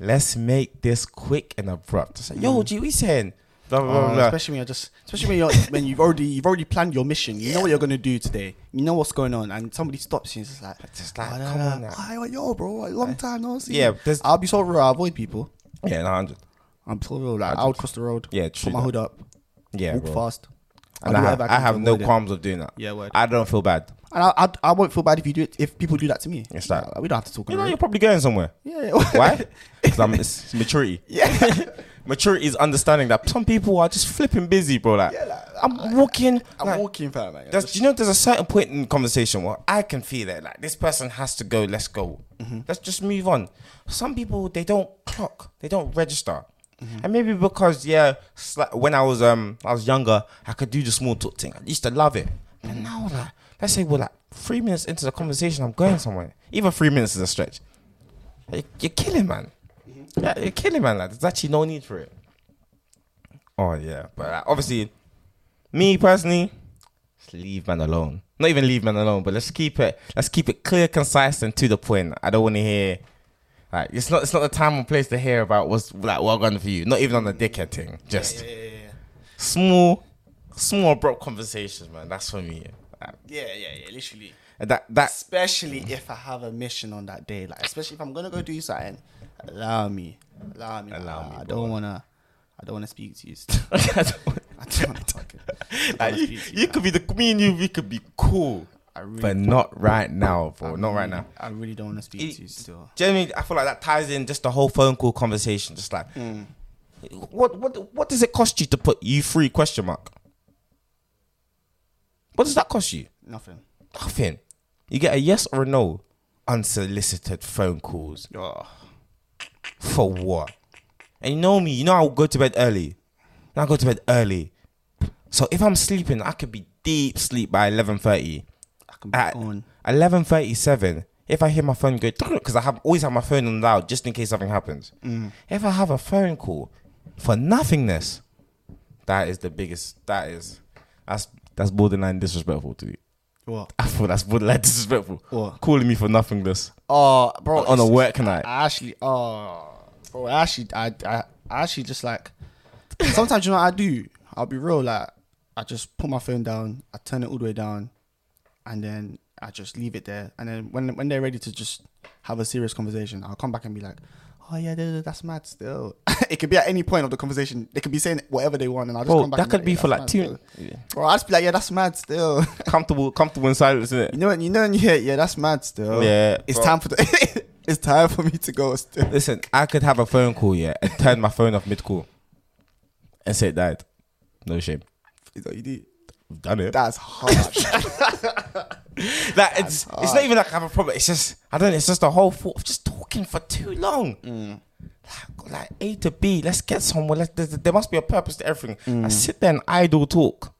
Speaker 1: Let's make this quick and abrupt. It's like, yo, G, we saying blah blah blah.
Speaker 2: Mm. Uh,
Speaker 1: blah.
Speaker 2: especially when you're just, especially when you're when you've already you've already planned your mission. You know what you're gonna do today. You know what's going on, and somebody stops you and it's just like,
Speaker 1: Just like,
Speaker 2: "Oh,
Speaker 1: come on now." Eh.
Speaker 2: Hi, yo, bro, a long time no see.
Speaker 1: yeah, there's-
Speaker 2: I'll be so real. I avoid people.
Speaker 1: Yeah, no, hundred.
Speaker 2: I'm so real. Like, I would cross the road.
Speaker 1: Yeah,
Speaker 2: Put
Speaker 1: true
Speaker 2: my
Speaker 1: that.
Speaker 2: hood up.
Speaker 1: Yeah,
Speaker 2: walk
Speaker 1: bro.
Speaker 2: fast. I'll
Speaker 1: And
Speaker 2: do
Speaker 1: I have,
Speaker 2: whatever
Speaker 1: I
Speaker 2: can to
Speaker 1: have no
Speaker 2: avoid it.
Speaker 1: qualms of doing that.
Speaker 2: Yeah, word.
Speaker 1: I don't feel bad.
Speaker 2: And I, I, I won't feel bad if you do it. If people do that to me,
Speaker 1: It's like-
Speaker 2: we don't have to talk.
Speaker 1: You
Speaker 2: on
Speaker 1: know,
Speaker 2: the
Speaker 1: you're
Speaker 2: road.
Speaker 1: probably going somewhere.
Speaker 2: Yeah.
Speaker 1: Why? Because I'm it's it's maturity.
Speaker 2: yeah.
Speaker 1: Maturity is understanding that some people are just flipping busy, bro. Like,
Speaker 2: Yeah, like,
Speaker 1: I'm walking.
Speaker 2: I'm
Speaker 1: like,
Speaker 2: walking, fam. Like,
Speaker 1: there's, you know, there's a certain point in conversation where I can feel it. Like this person has to go. Let's go. Let's just move on. Some people they don't clock. They don't register. Mm-hmm. And maybe because yeah, sli- when I was um I was younger, I could do the small talk thing. I used to love it. But now, like, let's say we're like three minutes into the conversation, I'm going somewhere. Even three minutes is a stretch. Like, You're killing, man. Yeah, you're killing, man. Like, there's actually no need for it. Oh yeah, but like, obviously, me personally, just leave man alone. Not even leave man alone, but let's keep it. Let's keep it clear, concise, and to the point. I don't want to hear. Like it's not. It's not the time and place to hear about what's like well done for you. Not even on the dickhead thing. Just
Speaker 2: yeah, yeah, yeah.
Speaker 1: small, small abrupt conversations, man. That's for me. Like,
Speaker 2: Yeah, yeah, yeah, literally.
Speaker 1: That that
Speaker 2: Especially if I have a mission on that day, like especially if I'm gonna go do something, allow me, allow me,
Speaker 1: Allow
Speaker 2: Like,
Speaker 1: me,
Speaker 2: I
Speaker 1: bro.
Speaker 2: don't wanna, I don't wanna speak to you. still. I don't wanna fucking. I
Speaker 1: like,
Speaker 2: don't wanna
Speaker 1: you,
Speaker 2: speak to you.
Speaker 1: you could be the me and you. We could be cool.
Speaker 2: I really,
Speaker 1: but not right now, bro. Not right now.
Speaker 2: I really don't want to speak
Speaker 1: It-
Speaker 2: to you still.
Speaker 1: Generally, I feel like that ties in just the whole phone call conversation. Just like, what what what does it cost you to put you free question mark? What does that cost you?
Speaker 2: Nothing.
Speaker 1: Nothing. You get a yes or a no. Unsolicited phone calls
Speaker 2: Oh,
Speaker 1: for what? And you know me. You know I'll go to bed early. And I go to bed early. So if I'm sleeping, I could be deep sleep by eleven thirty.
Speaker 2: I can be
Speaker 1: at
Speaker 2: gone.
Speaker 1: eleven thirty seven, if I hear my phone go because I have always have my phone on loud just in case something happens.
Speaker 2: Mm.
Speaker 1: If I have a phone call for nothingness, that is the biggest. That is that's that's borderline disrespectful to you.
Speaker 2: What?
Speaker 1: I feel that's borderline disrespectful.
Speaker 2: What?
Speaker 1: Calling me for nothingness
Speaker 2: Oh, bro.
Speaker 1: on a
Speaker 2: it's-
Speaker 1: work night.
Speaker 2: I actually, oh, bro, I actually, I, I, I actually just like. Sometimes you know what I do. I'll be real, like I just put my phone down, I turn it all the way down, and then I just leave it there. And then when when they're ready to just have a serious conversation, I'll come back and be like, "Oh yeah, dude, that's mad." Still, it could be at any point of the conversation. They could be saying whatever they want, and I'll just
Speaker 1: Bro,
Speaker 2: come back.
Speaker 1: that
Speaker 2: and
Speaker 1: could be
Speaker 2: "Yeah,
Speaker 1: for, like,
Speaker 2: that's
Speaker 1: two-
Speaker 2: mad still." Bro, I'll just be like, "Yeah, that's mad." Still,
Speaker 1: comfortable, comfortable in silence, isn't
Speaker 2: you
Speaker 1: it?
Speaker 2: know what? You know when you hear, it, "Yeah, that's mad." Still,
Speaker 1: Yeah,
Speaker 2: it's
Speaker 1: bro.
Speaker 2: time for the. it's time for me to go. Still.
Speaker 1: Listen, I could have a phone call yeah and turn my phone off mid call and say it died. No shame.
Speaker 2: Is what you do.
Speaker 1: We've done it.
Speaker 2: That's hard.
Speaker 1: That it's it's not even like I have a problem. It's just I don't. know, It's just the whole thought of just talking for too long.
Speaker 2: Mm.
Speaker 1: Like, like A to B. Let's get somewhere. Let's, there, there must be a purpose to everything.
Speaker 2: Mm.
Speaker 1: I sit there and idle talk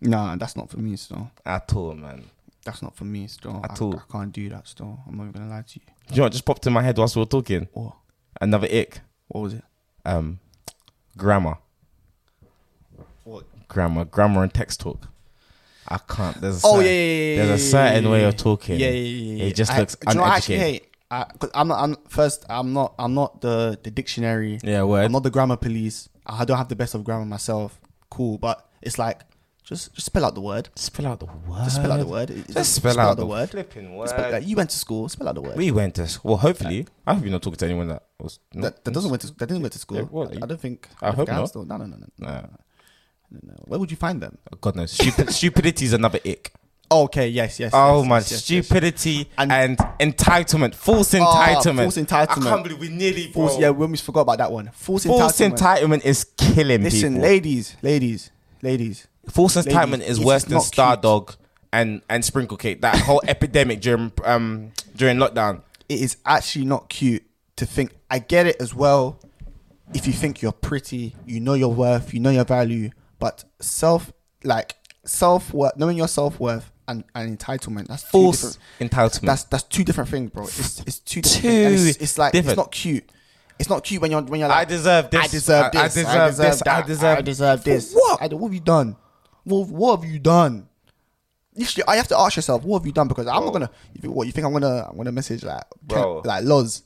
Speaker 2: nah, that's not for me, still.
Speaker 1: at all, man.
Speaker 2: That's not for me, still.
Speaker 1: At
Speaker 2: I,
Speaker 1: all.
Speaker 2: I can't do that, still. I'm not even gonna lie to you.
Speaker 1: Do you know what just popped in my head whilst we were talking?
Speaker 2: What?
Speaker 1: Another ick.
Speaker 2: What was it?
Speaker 1: Um, grammar,
Speaker 2: What?
Speaker 1: grammar, grammar, and text talk. I can't. There's a
Speaker 2: Oh
Speaker 1: certain,
Speaker 2: yeah, yeah, yeah,
Speaker 1: There's a
Speaker 2: yeah,
Speaker 1: certain
Speaker 2: yeah,
Speaker 1: way
Speaker 2: yeah.
Speaker 1: of talking.
Speaker 2: Yeah, yeah, yeah. yeah.
Speaker 1: It just
Speaker 2: I,
Speaker 1: looks
Speaker 2: do you know what I actually
Speaker 1: uneducated.
Speaker 2: hate? I, cause I'm not. I'm first. I'm not. I'm not the the dictionary.
Speaker 1: Yeah, word.
Speaker 2: I'm not the grammar police. I don't have the best of grammar myself. Cool, but it's like just just spell out the word.
Speaker 1: Spell out the word.
Speaker 2: Just spell out the word. Just,
Speaker 1: Uh, spell out the
Speaker 2: word.
Speaker 1: flipping
Speaker 2: Just spell-
Speaker 1: word.
Speaker 2: like, you went to school. Spell out the word.
Speaker 1: We went to well. Hopefully, I hope you're not talking to anyone that was. no.
Speaker 2: That, that doesn't went to that didn't went to school.
Speaker 1: Yeah, well,
Speaker 2: I, I don't think.
Speaker 1: I
Speaker 2: don't
Speaker 1: hope
Speaker 2: think have
Speaker 1: not.
Speaker 2: Still, no, no, no, no, no,
Speaker 1: Nah.
Speaker 2: no, no. Where would you find them?
Speaker 1: God knows. Stupid, stupidity is another ick.
Speaker 2: Oh, okay, yes, yes.
Speaker 1: Oh
Speaker 2: yes,
Speaker 1: my
Speaker 2: yes, yes, yes.
Speaker 1: stupidity
Speaker 2: And- Ah,
Speaker 1: And, entitlement, false entitlement,
Speaker 2: false entitlement.
Speaker 1: I can't believe we nearly bro.
Speaker 2: False, yeah, we almost forgot about that one. False,
Speaker 1: false
Speaker 2: entitlement.
Speaker 1: entitlement. is killing
Speaker 2: Listen,
Speaker 1: people.
Speaker 2: ladies, ladies, ladies.
Speaker 1: false
Speaker 2: ladies,
Speaker 1: entitlement
Speaker 2: it's
Speaker 1: is worse
Speaker 2: just
Speaker 1: than
Speaker 2: not
Speaker 1: Star
Speaker 2: cute.
Speaker 1: Dog and and Sprinkle Cake. That whole epidemic during um during lockdown.
Speaker 2: It is actually not cute to think. I get it as well. If you think you're pretty, you know your worth, you know your value, but self, like self worth, knowing your self worth and, and entitlement. That's two
Speaker 1: False
Speaker 2: different-
Speaker 1: entitlement.
Speaker 2: That's that's two different things, bro. It's it's two different.
Speaker 1: Two
Speaker 2: things. And It's, it's like it's
Speaker 1: different.
Speaker 2: not cute. It's not cute when you're when you're
Speaker 1: I
Speaker 2: like
Speaker 1: deserve this.
Speaker 2: I deserve
Speaker 1: I- I
Speaker 2: this.
Speaker 1: deserve this. I
Speaker 2: that.
Speaker 1: deserve-
Speaker 2: I deserve this.
Speaker 1: For what?
Speaker 2: I, what have you done? What what have you done? Literally, I have to ask yourself, what have you done? Because I'm not gonna. you think- What you think I'm gonna? I'm gonna message like Ken-
Speaker 1: Bro.
Speaker 2: like Loz,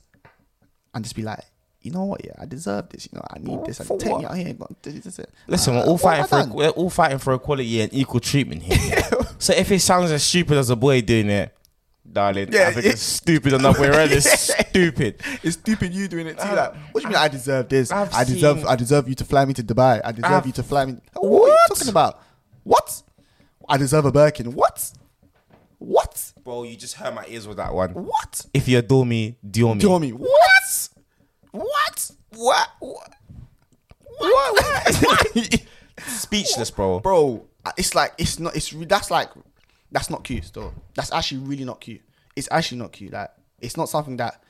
Speaker 2: and just be like, you know what? Yeah, I deserve this. You know, I need this.
Speaker 1: For
Speaker 2: And take me
Speaker 1: what?
Speaker 2: out here. and go- This is it.
Speaker 1: Listen,
Speaker 2: Uh,
Speaker 1: we're all
Speaker 2: what have
Speaker 1: fighting for
Speaker 2: I done?
Speaker 1: we're all fighting for equality and equal treatment here. so if it sounds as stupid as a boy doing it, darling,
Speaker 2: Yeah,
Speaker 1: I think
Speaker 2: yeah.
Speaker 1: it's stupid enough. We're really
Speaker 2: Yeah.
Speaker 1: stupid.
Speaker 2: It's stupid you doing it too. Like, what do you mean? I deserve this.
Speaker 1: I've
Speaker 2: I deserve.
Speaker 1: seen-
Speaker 2: I deserve you to fly me to Dubai. I deserve
Speaker 1: I've-
Speaker 2: you to fly me. What, are you
Speaker 1: What?
Speaker 2: talking about? What? I deserve a Birkin. What? What?
Speaker 1: Bro, you just hurt my ears with that one.
Speaker 2: What?
Speaker 1: If you adore me, deal me.
Speaker 2: Do you know what I mean? What? What?
Speaker 1: What? What? What? Speechless, bro.
Speaker 2: Bro, it's like it's not. It's re- that's like that's not cute. Still, that's actually really not cute. It's actually not cute. Like it's not something that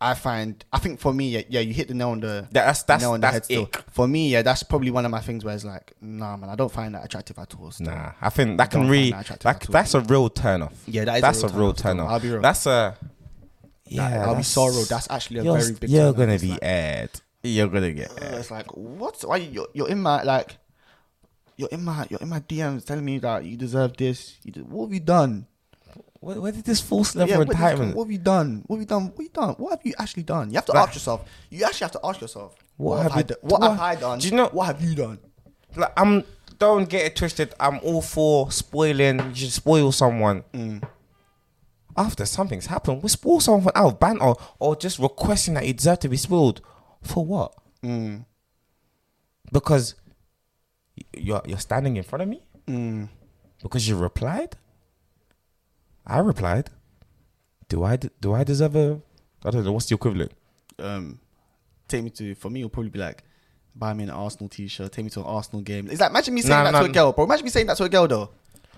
Speaker 2: I find. I think for me, yeah, yeah you hit the nail on the
Speaker 1: That's- that's-
Speaker 2: nail on
Speaker 1: that's
Speaker 2: the head.
Speaker 1: ick.
Speaker 2: Still. For me, yeah, that's probably one of my things where it's like, nah, man, I don't find that attractive at all. Still.
Speaker 1: Nah, I think that can
Speaker 2: Don't find
Speaker 1: really
Speaker 2: that attractive
Speaker 1: that,
Speaker 2: at all.
Speaker 1: that's a real turn off.
Speaker 2: Yeah, that is a
Speaker 1: that's
Speaker 2: real turn off,
Speaker 1: turn
Speaker 2: though.
Speaker 1: off.
Speaker 2: I'll be real.
Speaker 1: That's a yeah.
Speaker 2: I'll be
Speaker 1: that's-
Speaker 2: sorrow. That's actually a
Speaker 1: you're,
Speaker 2: very big turn
Speaker 1: You're
Speaker 2: off.
Speaker 1: gonna
Speaker 2: It's
Speaker 1: be
Speaker 2: like-
Speaker 1: aired. You're gonna get
Speaker 2: Uh,
Speaker 1: aired.
Speaker 2: It's like what? Why you- you're, you're in my like, you're in my you're in my DMs telling me that you deserve this. You de- what have you done?
Speaker 1: Where, where did this false level
Speaker 2: what,
Speaker 1: of
Speaker 2: did-
Speaker 1: entitlement?
Speaker 2: what have you done? What have you done? What have you done? What have you actually done? You have to ask yourself. You actually have to ask yourself.
Speaker 1: What have
Speaker 2: I
Speaker 1: you-
Speaker 2: do- what,
Speaker 1: what-
Speaker 2: have I done?
Speaker 1: Do you know-
Speaker 2: what have you done?
Speaker 1: like I'm don't get it twisted. I'm all for spoiling. You should spoil someone.
Speaker 2: Mm.
Speaker 1: After something's happened, we spoil someone out of banter or just requesting that you deserve to be spoiled for what?
Speaker 2: Mm.
Speaker 1: Because
Speaker 2: Mm.
Speaker 1: y- you're you're standing in front of me. Because you replied. I replied, "Do I d- do I deserve a? I don't know what's the equivalent.
Speaker 2: um, take me to. For me, it'll probably be like, buy me an Arsenal T-shirt. Take me to an Arsenal game. It's like imagine me saying
Speaker 1: Nah,
Speaker 2: that
Speaker 1: nah.
Speaker 2: to a girl, bro. Imagine me saying that to a girl though.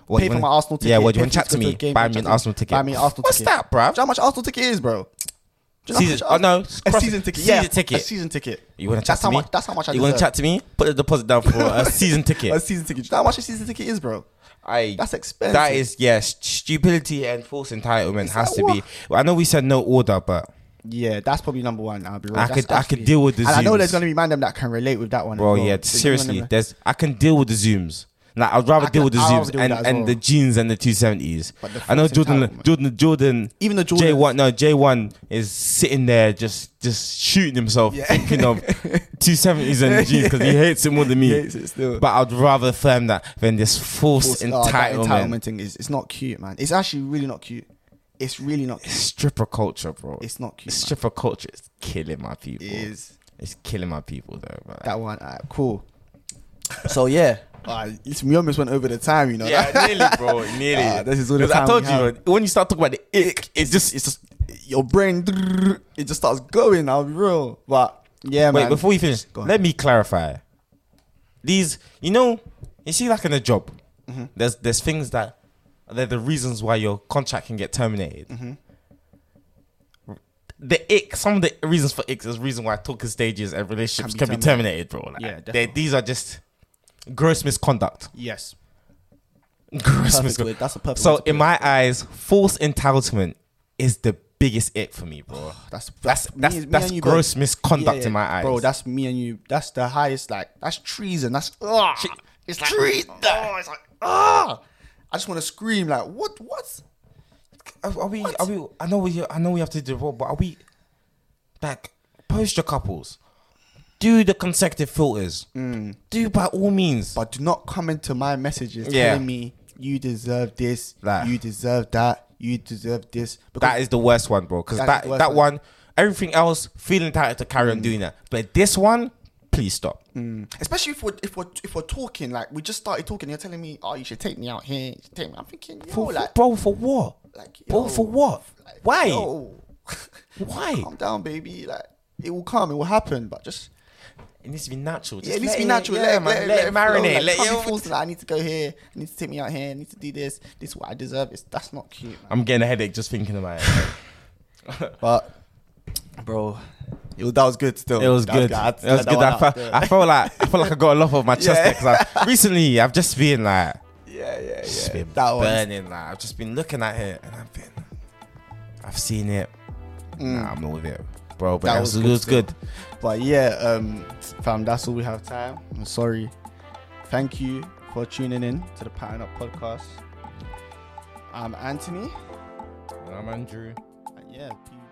Speaker 1: What,
Speaker 2: pay
Speaker 1: you
Speaker 2: for
Speaker 1: wanna-
Speaker 2: my Arsenal ticket.
Speaker 1: Yeah, what, you
Speaker 2: pay
Speaker 1: wanna
Speaker 2: for
Speaker 1: chat
Speaker 2: me
Speaker 1: to
Speaker 2: go
Speaker 1: me?
Speaker 2: a game,
Speaker 1: Buy
Speaker 2: pay
Speaker 1: me
Speaker 2: for
Speaker 1: an
Speaker 2: a-
Speaker 1: Arsenal ticket.
Speaker 2: Buy me an Arsenal
Speaker 1: What's
Speaker 2: ticket.
Speaker 1: that, bruv?
Speaker 2: Do you know how much Arsenal ticket is, bro? Do you know how
Speaker 1: Season-
Speaker 2: much Ar-
Speaker 1: oh, no,
Speaker 2: a
Speaker 1: cross-
Speaker 2: season ticket.
Speaker 1: season
Speaker 2: yeah,
Speaker 1: ticket.
Speaker 2: A season ticket.
Speaker 1: You want to chat
Speaker 2: That's
Speaker 1: to
Speaker 2: how
Speaker 1: me?
Speaker 2: much. That's how much I
Speaker 1: you want to
Speaker 2: deserve.
Speaker 1: chat to me? Put a deposit down for a season
Speaker 2: A
Speaker 1: ticket.
Speaker 2: season ticket. Do you know how much a season ticket is, bro?
Speaker 1: I,
Speaker 2: That's expensive.
Speaker 1: That is yes, stupidity and false entitlement has
Speaker 2: like,
Speaker 1: to be. Well, I know we said no order, but
Speaker 2: Yeah, that's probably number one. I'll be real.
Speaker 1: I
Speaker 2: That's
Speaker 1: could- I could
Speaker 2: absolutely-
Speaker 1: deal with the
Speaker 2: And I know
Speaker 1: Zooms.
Speaker 2: there's gonna be man them that can relate with that one. as
Speaker 1: bro,
Speaker 2: well.
Speaker 1: yeah,
Speaker 2: There's gonna be
Speaker 1: seriously,
Speaker 2: them-
Speaker 1: there's I can deal with the zooms. Like I'd rather
Speaker 2: I
Speaker 1: deal
Speaker 2: can-
Speaker 1: with the
Speaker 2: I'd rather
Speaker 1: zooms
Speaker 2: deal with
Speaker 1: and,
Speaker 2: that as
Speaker 1: and
Speaker 2: well.
Speaker 1: the jeans and the two seventies.
Speaker 2: But the
Speaker 1: I know
Speaker 2: false
Speaker 1: Jordan,
Speaker 2: entitlement.
Speaker 1: Jordan, Jordan,
Speaker 2: Even the
Speaker 1: J
Speaker 2: Jordans.
Speaker 1: one, no J one is sitting there just just shooting himself,
Speaker 2: Yeah.
Speaker 1: thinking of two seventies and the jeans because he hates it more than me.
Speaker 2: He hates it still.
Speaker 1: But I'd rather affirm that than this false,
Speaker 2: Oh, that
Speaker 1: entitlement.
Speaker 2: entitlement thing is it's not cute, man. It's actually really not cute. It's really not. Cute.
Speaker 1: Stripper culture, bro.
Speaker 2: It's not cute. man.
Speaker 1: stripper culture is killing my people.
Speaker 2: It is
Speaker 1: It's killing my people though. Bro.
Speaker 2: that one. All right, cool. So yeah, uh, we almost went over the time, you know.
Speaker 1: yeah, nearly, bro, nearly.
Speaker 2: Ah, this is all the
Speaker 1: 'Cause I
Speaker 2: time
Speaker 1: told
Speaker 2: we
Speaker 1: you
Speaker 2: have.
Speaker 1: bro, when you start talking about the ick, it's just it's just.
Speaker 2: your brain, it just starts going. I'll be real, but yeah,
Speaker 1: Wait,
Speaker 2: man.
Speaker 1: before you finish,
Speaker 2: on.
Speaker 1: let me clarify. These, you know, you see, like in a job,
Speaker 2: Mm-hmm.
Speaker 1: there's there's things that they're the reasons why your contract can get terminated.
Speaker 2: Mm-hmm.
Speaker 1: The ick, some of the reasons for icks is reason why talking stages and relationships
Speaker 2: Can
Speaker 1: can
Speaker 2: be
Speaker 1: be terminated, bro. Like,
Speaker 2: Yeah,
Speaker 1: they-
Speaker 2: definitely.
Speaker 1: These are just gross misconduct.
Speaker 2: yes,
Speaker 1: Gross
Speaker 2: perfect
Speaker 1: misconduct.
Speaker 2: way. That's a perfect. way
Speaker 1: So
Speaker 2: to put
Speaker 1: in
Speaker 2: it.
Speaker 1: my eyes, false entitlement is the biggest ick for me, bro.
Speaker 2: that's
Speaker 1: That's
Speaker 2: me-
Speaker 1: that's
Speaker 2: me and
Speaker 1: that's
Speaker 2: you both.
Speaker 1: gross misconduct
Speaker 2: Yeah, yeah.
Speaker 1: in my eyes,
Speaker 2: bro. That's me and you. That's the highest. Like that's treason. That's ah, it's like treason. Oh, it's like ah. I just want to scream like what what.
Speaker 1: Are, are we? Are we? I know we. I know we have to do the role, but are we? Like, post your couples, do the consecutive filters, do by all means.
Speaker 2: Mm. but do not come into my messages
Speaker 1: Yeah.
Speaker 2: telling me you deserve this,
Speaker 1: Nah.
Speaker 2: you deserve that, you deserve this. Because
Speaker 1: that is the worst one, bro. Because
Speaker 2: That is
Speaker 1: that
Speaker 2: the worst
Speaker 1: that
Speaker 2: one. Mm.
Speaker 1: one, everything else, feeling entitled to carry on doing that, but this one, please stop.
Speaker 2: especially if we're if we're if we're talking like we just started talking, you're telling me, oh, you should take me out here. You should take me. I'm thinking, yo,
Speaker 1: For,
Speaker 2: like,
Speaker 1: bro, for what?
Speaker 2: like,
Speaker 1: bro,
Speaker 2: yo,
Speaker 1: for what?
Speaker 2: like,
Speaker 1: Why?
Speaker 2: yo,
Speaker 1: Why?
Speaker 2: calm down, baby. Like, it will come, it will happen, but just.
Speaker 1: It needs to be natural.
Speaker 2: Yeah,
Speaker 1: Just
Speaker 2: it needs
Speaker 1: let
Speaker 2: to be natural.
Speaker 1: Yeah,
Speaker 2: let,
Speaker 1: man. Let, it marinate. let
Speaker 2: it flow. Like,
Speaker 1: it-
Speaker 2: can't be forced, like, I need to go here. I need to take me out here. I need to do this. This is what I deserve. It's that's not cute, man.
Speaker 1: I'm getting a headache just thinking about it.
Speaker 2: But, bro, it was, that was good still.
Speaker 1: It was
Speaker 2: That
Speaker 1: good.
Speaker 2: I had to
Speaker 1: It was
Speaker 2: let that
Speaker 1: good.
Speaker 2: one
Speaker 1: I
Speaker 2: out.
Speaker 1: felt,
Speaker 2: Yeah.
Speaker 1: I felt like I felt like I got a lot off my chest
Speaker 2: Yeah.
Speaker 1: because recently I've just been like,
Speaker 2: Yeah, yeah,
Speaker 1: just
Speaker 2: yeah.
Speaker 1: been
Speaker 2: That one.
Speaker 1: burning. Like I've just been looking at it and I've been, I've seen it. Nah, I'm not with it, bro. But
Speaker 2: Mm. That
Speaker 1: that
Speaker 2: was
Speaker 1: was, it
Speaker 2: good
Speaker 1: was
Speaker 2: still.
Speaker 1: good.
Speaker 2: But yeah, um, fam, that's all we have time. I'm sorry. Thank you for tuning in to the Pattern Up podcast. I'm Anthony.
Speaker 1: I'm Andrew.
Speaker 2: And Uh, yeah, peace.